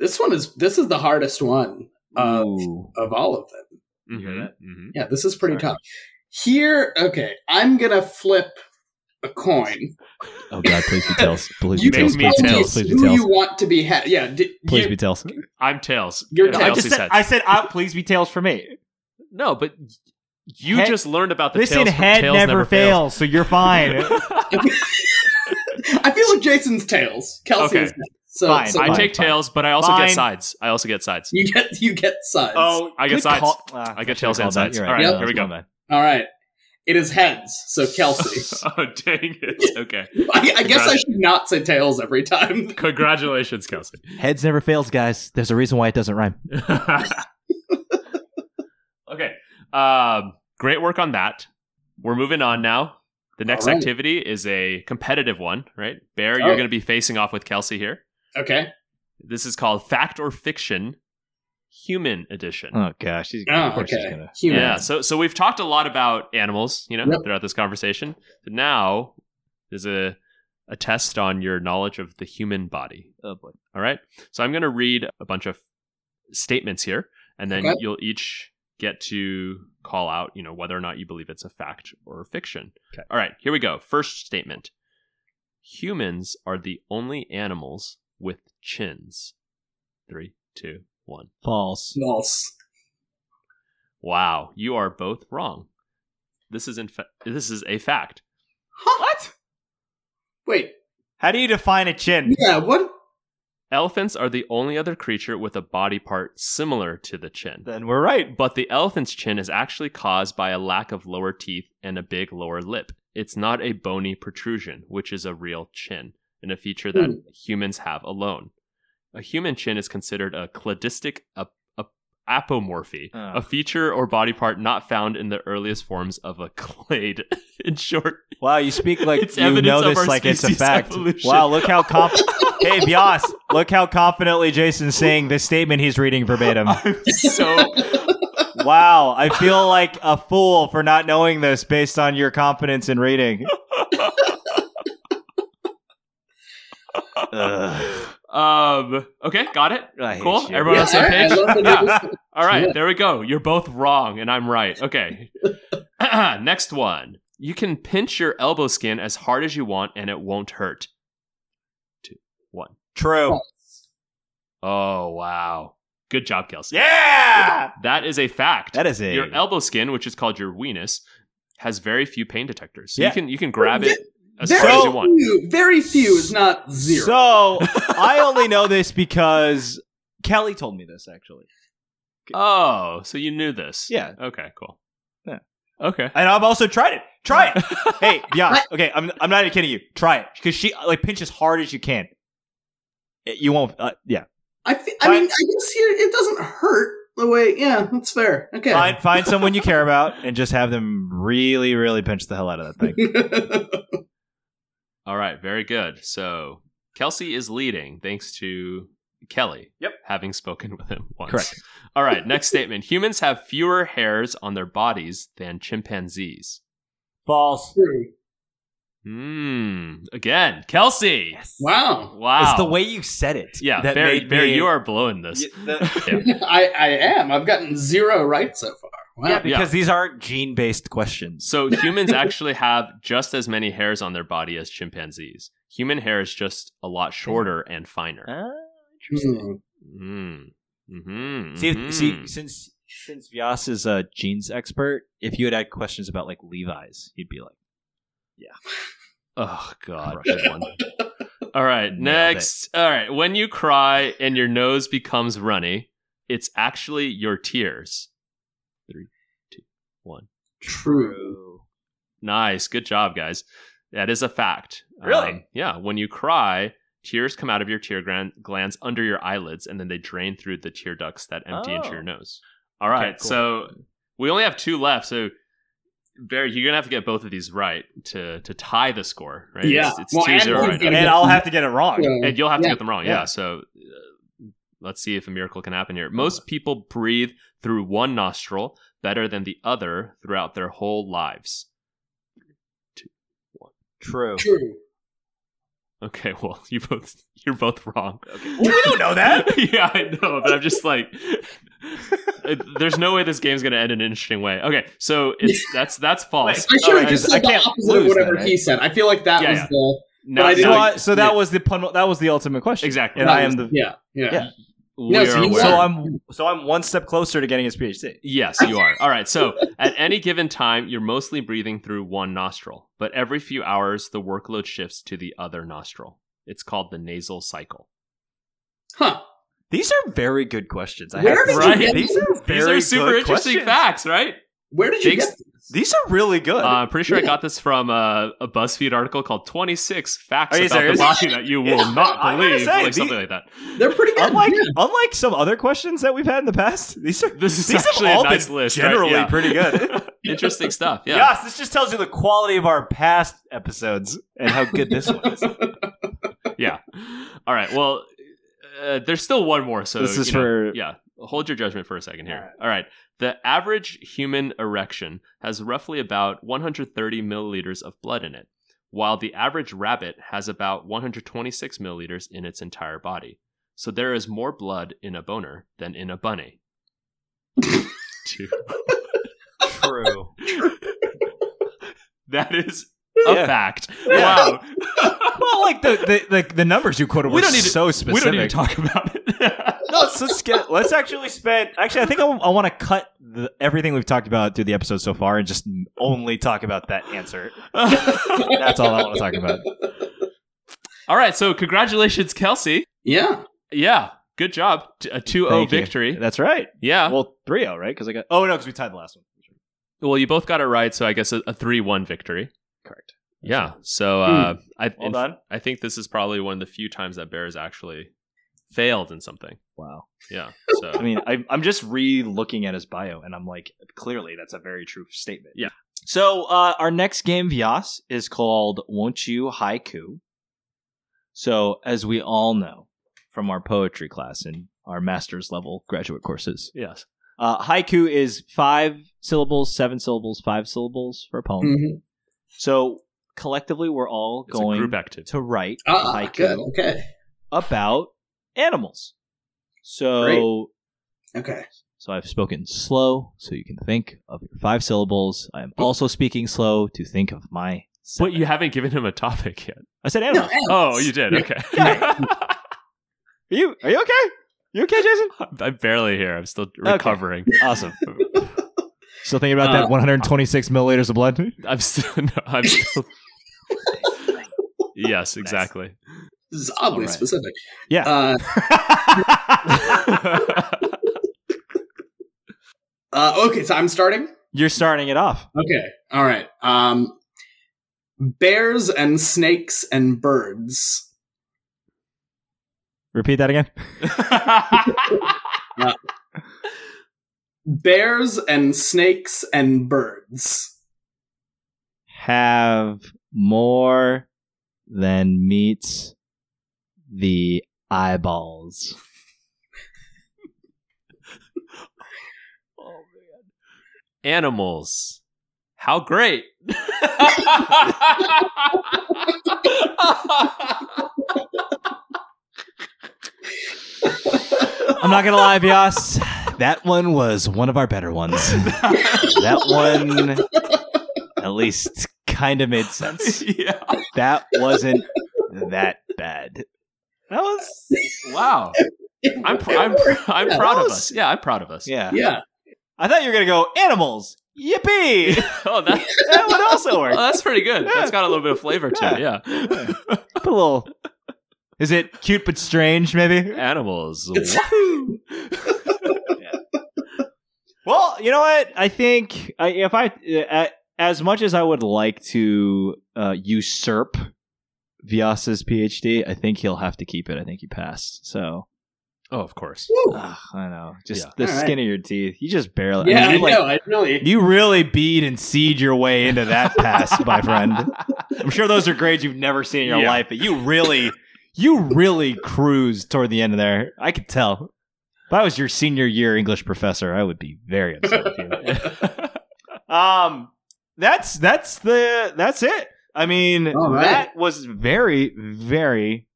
Speaker 4: This one is this is the hardest one
Speaker 2: Mm-hmm.
Speaker 4: of
Speaker 2: Ooh.
Speaker 4: of all of them.
Speaker 1: Mhm,
Speaker 2: hear that?
Speaker 1: mhm.
Speaker 4: Yeah, this is pretty tough. Here, okay, I'm gonna flip a coin.
Speaker 2: Oh God! Please be tails. Please
Speaker 1: You
Speaker 2: be tails.
Speaker 1: make me
Speaker 2: Please be
Speaker 1: tell
Speaker 2: tails. Please be
Speaker 4: who you
Speaker 2: tails.
Speaker 4: want to be head. Yeah, d-
Speaker 2: Please
Speaker 4: you-
Speaker 2: be tails.
Speaker 1: I'm tails.
Speaker 4: You're
Speaker 1: No,
Speaker 4: tails.
Speaker 1: Kelsey's heads.
Speaker 2: said. I, please be tails for me.
Speaker 1: no, but you
Speaker 2: Head-
Speaker 1: just learned about the
Speaker 2: Listen,
Speaker 1: tails. from
Speaker 2: head
Speaker 1: tails
Speaker 2: never, fails, so you're fine.
Speaker 4: I feel like Jason's tails. Kelsey's
Speaker 1: Okay.
Speaker 4: heads. So,
Speaker 2: Fine.
Speaker 4: so
Speaker 1: I
Speaker 2: Fine,
Speaker 1: take
Speaker 2: fine.
Speaker 1: tails, but I also
Speaker 2: Fine.
Speaker 1: get sides. I also get sides.
Speaker 4: you get you get sides.
Speaker 2: Oh.
Speaker 1: I get
Speaker 2: good
Speaker 1: sides.
Speaker 2: call- Ah,
Speaker 1: I get
Speaker 2: should've
Speaker 1: tails and
Speaker 2: called that.
Speaker 1: sides.
Speaker 2: You're
Speaker 1: All right,
Speaker 2: Yeah,
Speaker 1: here we
Speaker 2: that's
Speaker 1: go.
Speaker 2: my bad.
Speaker 4: All right. It is heads, so Kelsey.
Speaker 1: oh dang it! Okay,
Speaker 4: I, I guess I
Speaker 1: Congrats.
Speaker 4: should not say tails every time.
Speaker 1: congratulations, Kelsey.
Speaker 2: Heads never fails, guys. There's a reason why it doesn't rhyme.
Speaker 1: okay, um, great work on that. We're moving on now. The next
Speaker 4: All right.
Speaker 1: activity is a competitive one, right? Bear,
Speaker 4: Oh.
Speaker 1: you're going to be facing off with Kelsey here.
Speaker 4: Okay.
Speaker 1: This is called Fact or Fiction, Human Edition.
Speaker 2: Oh gosh. She's,
Speaker 4: Oh,
Speaker 2: of course she's
Speaker 4: okay.
Speaker 2: gonna-
Speaker 4: Human.
Speaker 1: Yeah. So so we've talked a lot about animals, you know,
Speaker 4: Yep.
Speaker 1: throughout this conversation. But now there's a a test on your knowledge of the human body.
Speaker 2: Oh boy.
Speaker 1: All right. So I'm going to read a bunch of statements here, and then
Speaker 4: Okay.
Speaker 1: you'll each get to call out, you know, whether or not you believe it's a fact or a fiction. Okay. All right. Here we go. First statement: Humans are the only animals with chins. Three, two, one.
Speaker 2: False.
Speaker 4: False.
Speaker 1: Wow, you are both wrong. This is in fa- this is a fact.
Speaker 4: What? Wait.
Speaker 2: How do you define a chin?
Speaker 4: Yeah, what?
Speaker 1: Elephants are the only other creature with a body part similar to the chin.
Speaker 2: Then we're right.
Speaker 1: But the elephant's chin is actually caused by a lack of lower teeth and a big lower lip. It's not a bony protrusion, which is a real chin, and a feature that
Speaker 4: Hmm.
Speaker 1: humans have alone. A human chin is considered a cladistic ap- ap- apomorphy,
Speaker 2: Ah.
Speaker 1: a feature or body part not found in the earliest forms of a clade. in short,
Speaker 2: Wow, you speak like
Speaker 1: It's
Speaker 2: you
Speaker 1: evidence
Speaker 2: know
Speaker 1: of
Speaker 2: this
Speaker 1: our
Speaker 2: like it's a
Speaker 1: species'
Speaker 2: fact.
Speaker 1: evolution.
Speaker 2: Wow, look how comp- Hey Bias, look how confidently Jason's saying the statement he's reading verbatim.
Speaker 1: so
Speaker 2: Wow, I feel like a fool for not knowing this based on your confidence in reading.
Speaker 1: Um. Okay, got it.
Speaker 2: I hate
Speaker 1: Cool.
Speaker 2: you.
Speaker 1: Everyone on the same
Speaker 4: I- I
Speaker 1: page.
Speaker 4: love that it
Speaker 1: Yeah.
Speaker 4: was-
Speaker 1: All right.
Speaker 4: Yeah.
Speaker 1: There we go. You're both wrong, and I'm right. Okay. Next one. You can pinch your elbow skin as hard as you want, and it won't hurt.
Speaker 2: True.
Speaker 1: Oh wow! Good job, Kelsey.
Speaker 2: Yeah.
Speaker 1: That is a fact.
Speaker 2: That is it.
Speaker 1: your elbow skin, which is called your weenus, has very few pain detectors. So
Speaker 2: Yeah.
Speaker 1: You can you can grab it as
Speaker 4: Very
Speaker 1: hard as you want.
Speaker 4: few, very few is not zero.
Speaker 2: So I only know this because Kelly told me this actually.
Speaker 1: Oh, so you knew this?
Speaker 2: Yeah.
Speaker 1: Okay. Cool.
Speaker 2: Yeah.
Speaker 1: Okay.
Speaker 2: And I've also tried it. Try it. hey, yeah. Okay, I'm, I'm not even kidding you. Try it because she like pinch as hard as you can. It- You won't. Uh, yeah.
Speaker 4: I, thi- I mean, I guess here it doesn't hurt. the way. Yeah, that's fair. Okay.
Speaker 2: Find find someone you care about and just have them really, really pinch the hell out of that thing.
Speaker 1: All right, very good. So Kelsey is leading thanks to Kelly.
Speaker 5: Yep.
Speaker 1: Having spoken with him once.
Speaker 2: Correct.
Speaker 1: All right, next statement. Humans have fewer hairs on their bodies than chimpanzees.
Speaker 2: False.
Speaker 1: Hmm. Again, Kelsey.
Speaker 4: wow.
Speaker 1: Wow.
Speaker 2: It's the way you said it.
Speaker 1: Yeah,
Speaker 2: that
Speaker 1: Barry,
Speaker 2: made
Speaker 1: Barry
Speaker 2: me-
Speaker 1: you are blowing this.
Speaker 2: Yeah, the-
Speaker 4: I, I am. I've gotten zero right so far. Wow.
Speaker 2: yeah, because these aren't gene based questions.
Speaker 1: So humans actually have just as many hairs on their body as chimpanzees. Human hair is just a lot shorter and finer.
Speaker 2: Ah,
Speaker 4: Hmm.
Speaker 1: Mm. hmm
Speaker 2: See, see, since since Vyas is a genes expert, if you had had questions about like Levi's, he'd be like,
Speaker 1: oh god,
Speaker 2: Crushed.
Speaker 1: good one. All right,
Speaker 2: Nailed
Speaker 1: next. All right, when you cry and your nose becomes runny, it's actually your tears. Three, two, one.
Speaker 4: True.
Speaker 1: Nice, good job, guys. That is a fact.
Speaker 5: Really?
Speaker 1: Um, yeah. When you cry, tears come out of your tear gland- glands under your eyelids, and then they drain through the tear ducts that empty into
Speaker 5: Oh.
Speaker 1: your nose. All right.
Speaker 5: cool.
Speaker 1: So we only have two left. So Barry, you're gonna have to get both of these right to to tie the score. Right?
Speaker 4: Yeah.
Speaker 1: It's, it's
Speaker 4: Well,
Speaker 1: two zero
Speaker 4: and-
Speaker 1: right now,
Speaker 5: And I'll have to get it wrong.
Speaker 4: Yeah.
Speaker 1: and you'll have to
Speaker 4: Yeah,
Speaker 1: get them wrong. Yeah.
Speaker 4: yeah.
Speaker 1: So uh, let's see if a miracle can happen here. Most people breathe through one nostril better than the other throughout their whole lives.
Speaker 2: "True."
Speaker 4: True.
Speaker 1: Okay, well, you both you're both wrong.
Speaker 5: We don't know that.
Speaker 1: yeah, I know, but I'm just like there's no way this game's going to end in an interesting way. Okay, so it's that's that's false.
Speaker 4: I should
Speaker 1: Alright,
Speaker 4: have just
Speaker 2: I
Speaker 4: said the
Speaker 2: can't
Speaker 4: opposite of
Speaker 2: lose
Speaker 4: whatever
Speaker 2: that, right?
Speaker 4: he said. I feel like that
Speaker 1: Yeah,
Speaker 4: was
Speaker 1: yeah.
Speaker 4: the.
Speaker 1: now,
Speaker 4: but I didn't-
Speaker 2: So,
Speaker 1: now-
Speaker 2: I, so that was the pun- that was the ultimate question.
Speaker 1: exactly.
Speaker 2: And
Speaker 4: that
Speaker 2: I am the
Speaker 4: was- Yeah. Yeah.
Speaker 2: Yeah.
Speaker 1: We
Speaker 4: No, so
Speaker 1: are
Speaker 4: you
Speaker 1: aware.
Speaker 2: so I'm so I'm one step closer to getting his PhD.
Speaker 1: Yes, you are. All right. So at any given time, you're mostly breathing through one nostril, but every few hours, the workload shifts to the other nostril. It's called the nasal cycle.
Speaker 4: Huh.
Speaker 2: These are very good questions. I
Speaker 4: Where
Speaker 2: have to
Speaker 1: did
Speaker 2: say.
Speaker 1: you get
Speaker 2: These are
Speaker 1: These
Speaker 2: very
Speaker 1: are super
Speaker 2: good
Speaker 1: interesting
Speaker 2: questions.
Speaker 1: facts, right?
Speaker 4: Where did you
Speaker 1: Big-
Speaker 4: get?
Speaker 2: These are really good.
Speaker 1: Uh, I'm pretty sure I got this from uh, a BuzzFeed article called 26 Facts
Speaker 2: Are you
Speaker 1: About
Speaker 2: serious?
Speaker 1: the Body That You Will
Speaker 2: Yeah,
Speaker 1: Not
Speaker 2: I was gonna
Speaker 1: Believe,
Speaker 2: say,
Speaker 1: like
Speaker 2: the-
Speaker 1: something like that.
Speaker 4: They're pretty good.
Speaker 2: unlike
Speaker 4: yeah.
Speaker 2: unlike some other questions that we've had in the past, these are
Speaker 1: This is
Speaker 2: these have
Speaker 1: actually a
Speaker 2: all
Speaker 1: nice
Speaker 2: been
Speaker 1: list. right?
Speaker 2: generally
Speaker 1: Yeah.
Speaker 2: pretty good.
Speaker 1: Interesting stuff. Yeah.
Speaker 2: Yes, this just tells you the quality of our past episodes and how good this one is.
Speaker 1: yeah. All right. Well, uh, there's still one more. So
Speaker 2: This is
Speaker 1: you know,
Speaker 2: for-
Speaker 1: yeah. Hold your judgment for a second here. All right. The average human erection has roughly about 130 milliliters of blood in it, while the average rabbit has about 126 milliliters in its entire body. So there is more blood in a boner than in a bunny. Two.
Speaker 2: True.
Speaker 1: That is a
Speaker 2: Yeah.
Speaker 1: fact.
Speaker 2: Yeah.
Speaker 1: Wow.
Speaker 2: Well, like the the, the, the numbers you quoted
Speaker 1: We
Speaker 2: were
Speaker 1: don't need to-
Speaker 2: so specific.
Speaker 1: We don't need to talk about it.
Speaker 2: no, let's, let's get let's actually spend. Actually, I think I, want to cut the, everything we've talked about through the episode so far and just only talk about that answer. That's all I want to talk about.
Speaker 1: All right, so congratulations, Kelsey.
Speaker 4: Yeah.
Speaker 1: Yeah, good job. T- A 2 0
Speaker 2: Thank you.
Speaker 1: victory.
Speaker 2: That's right.
Speaker 1: Yeah. Well,
Speaker 2: Well, 3-0, right? Because I got. Oh no, because we tied the last one.
Speaker 1: you both got it right, so I guess a 3 1 victory.
Speaker 2: Correct.
Speaker 1: Yeah. So uh, I,
Speaker 2: Hmm. Well
Speaker 1: in-
Speaker 2: done.
Speaker 1: I think this is probably one of the few times that Bears actually failed in something.
Speaker 2: Wow.
Speaker 1: Yeah. So
Speaker 2: I mean, I, I'm just re-looking at his bio, and I'm like, clearly that's a very true statement.
Speaker 1: Yeah.
Speaker 2: So uh, our next game, Vyas, is called "Won't You Haiku." So, as we all know from our poetry class and our master's level graduate courses,
Speaker 1: yes.
Speaker 2: uh, haiku is five syllables, seven syllables, five syllables for a poem.
Speaker 4: Mhm.
Speaker 2: So collectively, we're all
Speaker 1: It's a
Speaker 2: going
Speaker 1: group activity.
Speaker 2: to write a
Speaker 4: Ah,
Speaker 2: haiku
Speaker 4: good. Okay.
Speaker 2: about animals. So.
Speaker 4: Great. Okay.
Speaker 2: So I've spoken slow, so you can think of your five syllables. I am also speaking slow to think of my.
Speaker 1: But
Speaker 2: seven.
Speaker 1: you haven't given him a topic yet.
Speaker 2: I said animals.
Speaker 1: Oh, you did. Okay.
Speaker 2: Are you are you okay? You okay, Jason?
Speaker 1: I'm barely here. I'm still
Speaker 2: Okay.
Speaker 1: recovering.
Speaker 2: Awesome. Still thinking about that
Speaker 4: Uh,
Speaker 2: 126 milliliters of blood.
Speaker 1: I'm still. No, I'm still. yes, exactly.
Speaker 4: This is oddly
Speaker 2: All right.
Speaker 4: specific.
Speaker 2: Yeah.
Speaker 4: Uh, uh, okay, so I'm starting.
Speaker 2: You're starting it off.
Speaker 4: Okay. All right. Um, bears and snakes and birds.
Speaker 2: Repeat that again.
Speaker 4: bears and snakes and birds.
Speaker 2: Have more than meets the eyeballs.
Speaker 1: Animals. How great.
Speaker 2: I'm not gonna lie, Vyas. That one was one of our better ones. that one, at least, kind of made sense.
Speaker 1: yeah.
Speaker 2: That wasn't that bad. That was,
Speaker 1: Wow. I'm pr- I'm pr- I'm
Speaker 4: Yeah,
Speaker 1: proud
Speaker 2: that
Speaker 1: of
Speaker 2: was-
Speaker 1: us. Yeah, I'm proud of us.
Speaker 2: yeah.
Speaker 4: Yeah.
Speaker 2: I thought you were gonna go animals. Yippee!
Speaker 1: Oh, that,
Speaker 2: that would also
Speaker 1: oh,
Speaker 2: work.
Speaker 1: that's pretty good. That's got a little bit of flavor to it. Yeah.
Speaker 2: Put a little. Is it cute but strange? Maybe.
Speaker 1: Animals.
Speaker 2: Well, you know what? I think I, if I, uh, as much as I would like to uh, usurp Vyas's PhD, I think he'll have to keep it. I think he passed. So
Speaker 1: Oh, of course.
Speaker 4: Woo.
Speaker 2: ugh, I know, just
Speaker 1: Yeah.
Speaker 2: the
Speaker 4: All right.
Speaker 2: skin of your teeth. You just barely. Uh, I
Speaker 4: yeah, I
Speaker 2: mean, you, like,
Speaker 4: know. I really.
Speaker 2: you really bead and seed your way into that pass, my friend. I'm sure those are grades you've never seen in your
Speaker 1: Yeah.
Speaker 2: life, but you really, you really cruised toward the end of there. I could tell. If I was your senior year English professor, I would be very upset with you. um, that's that's the that's it. I mean,
Speaker 4: All right.
Speaker 2: that was very very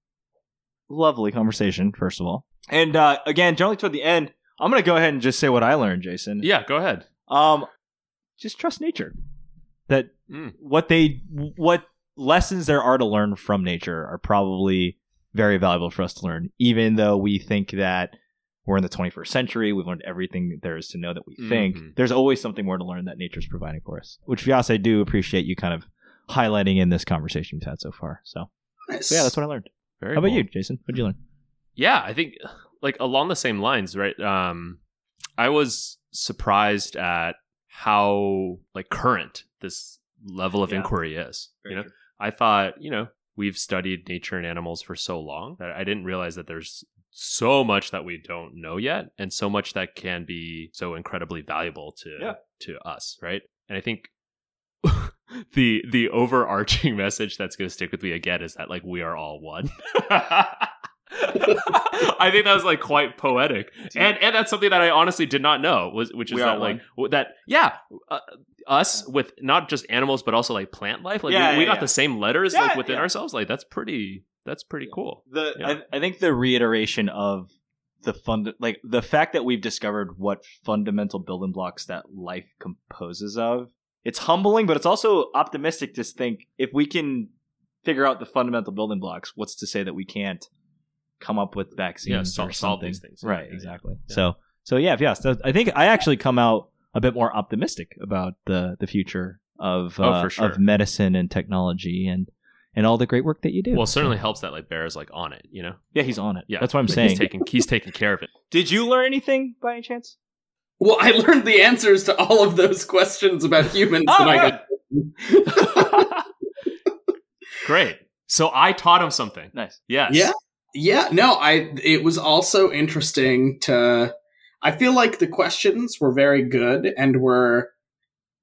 Speaker 2: lovely conversation. First of all, and uh, again, generally toward the end, I'm gonna go ahead and just say what I learned, Jason.
Speaker 1: Yeah, go ahead.
Speaker 2: Um, just trust nature. That
Speaker 1: Mm.
Speaker 2: what they what lessons there are to learn from nature are probably very valuable for us to learn, even though we think that we're in the 21st century. We've learned everything that there is to know that we
Speaker 1: Mhm.
Speaker 2: think. There's always something more to learn that nature's providing for us. Which Vyas, I do appreciate you kind of highlighting in this conversation we've had so far. So, so yeah, that's what I learned.
Speaker 1: Very
Speaker 2: How about
Speaker 1: cool.
Speaker 2: you, Jason? What'd you learn?
Speaker 1: yeah i think like along the same lines right um i was surprised at how like current this level of
Speaker 2: Yeah.
Speaker 1: inquiry is
Speaker 2: Very
Speaker 1: you know i thought you know we've studied nature and animals for so long that i didn't realize that there's so much that we don't know yet and so much that can be so incredibly valuable to
Speaker 2: Yeah.
Speaker 1: to us right and i think the the overarching message that's going to stick with me again is that like we are all one. I think that was like quite poetic, and and that's something that I honestly did not know was which is
Speaker 2: We are
Speaker 1: that like w- that yeah uh, us with not just animals but also like plant life like
Speaker 2: Yeah,
Speaker 1: we, we
Speaker 2: yeah,
Speaker 1: got
Speaker 2: yeah.
Speaker 1: the same letters
Speaker 2: Yeah,
Speaker 1: like within
Speaker 2: yeah.
Speaker 1: ourselves like that's pretty that's pretty cool
Speaker 2: the
Speaker 1: Yeah.
Speaker 2: I, I think the reiteration of the fund like the fact that we've discovered what fundamental building blocks that life composes of it's humbling but it's also optimistic to think if we can figure out the fundamental building blocks what's to say that we can't come up with vaccines
Speaker 1: Yeah, sol-
Speaker 2: or
Speaker 1: solve
Speaker 2: something.
Speaker 1: these things.
Speaker 2: right
Speaker 1: Yeah, yeah,
Speaker 2: exactly
Speaker 1: yeah.
Speaker 2: so so yeah yes so i think i actually come out a bit more optimistic about the the future of
Speaker 1: Oh,
Speaker 2: uh,
Speaker 1: for sure.
Speaker 2: of medicine and technology and and all the great work that you do
Speaker 1: well it certainly helps that like bear is like on it you know
Speaker 2: yeah he's on it
Speaker 1: yeah
Speaker 2: that's what i'm
Speaker 1: Like,
Speaker 2: saying
Speaker 1: he's taking he's taking care of it
Speaker 2: Did you learn anything by any chance?
Speaker 4: Well, I learned the answers to all of those questions about humans
Speaker 2: Oh,
Speaker 4: that I
Speaker 2: yeah.
Speaker 4: got.
Speaker 1: great so I taught him something
Speaker 2: Nice.
Speaker 1: yes
Speaker 4: Yeah. Yeah, no, I. It was also interesting to. I feel like the questions were very good and were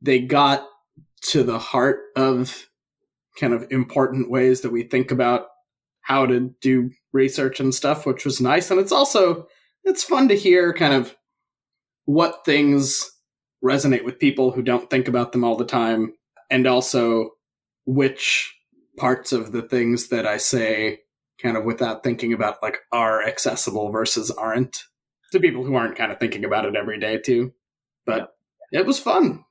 Speaker 4: they got to the heart of kind of important ways that we think about how to do research and stuff, which was nice. And it's also it's fun to hear kind of what things resonate with people who don't think about them all the time, and also which parts of the things that I say kind of without thinking about like are accessible versus aren't to people who aren't kind of thinking about it every day too. But it was fun.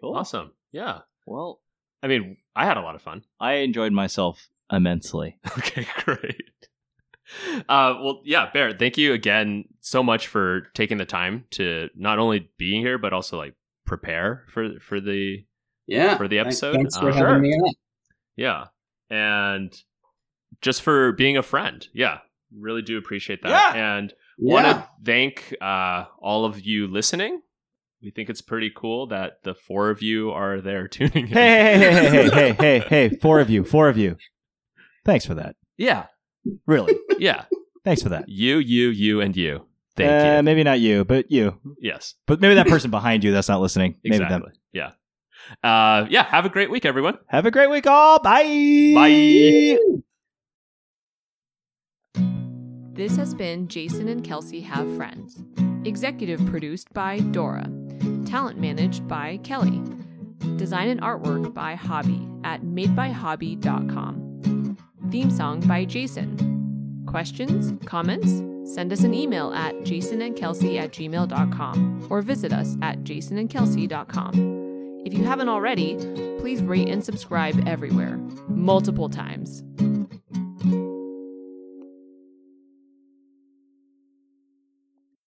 Speaker 2: Cool.
Speaker 1: awesome yeah
Speaker 2: Well,
Speaker 1: I mean I had a lot of fun
Speaker 2: I enjoyed myself immensely.
Speaker 1: Okay, great. Uh, well, yeah, Bear, thank you again so much for taking the time to not only being here but also like prepare for for the
Speaker 4: Yeah.
Speaker 1: For the
Speaker 4: Thank-
Speaker 1: episode?
Speaker 4: Thanks for
Speaker 1: Uh,
Speaker 4: having
Speaker 1: sure.
Speaker 4: me on.
Speaker 1: yeah, and just for being a friend. Yeah, really do appreciate that. And want
Speaker 4: Yeah.
Speaker 1: to thank uh, all of you listening. We think it's pretty cool that the four of you are there tuning in.
Speaker 2: Hey, hey, hey, hey, hey, hey, hey, hey, four of you, four of you. Thanks for that.
Speaker 1: yeah,
Speaker 2: Really.
Speaker 1: yeah,
Speaker 2: Thanks for that.
Speaker 1: you, you, you, and you.
Speaker 2: Thank
Speaker 5: Uh,
Speaker 2: you.
Speaker 5: Maybe not you, but you.
Speaker 1: Yes,
Speaker 2: But maybe that person behind you that's not listening. Maybe them.
Speaker 1: exactly. Yeah. Uh, yeah. Have a great week, everyone.
Speaker 2: Have a great week, all. Bye.
Speaker 1: Bye.
Speaker 8: This has been Jason and Kelsey Have Friends. Executive produced by Dora. Talent managed by Kelly. Design and artwork by Hobby at madebyhobby.com. Theme song by Jason. Questions? Comments? Send us an email at jasonandkelsey at gmail.com or visit us at jasonandkelsey.com. If you haven't already, please rate and subscribe everywhere, multiple times.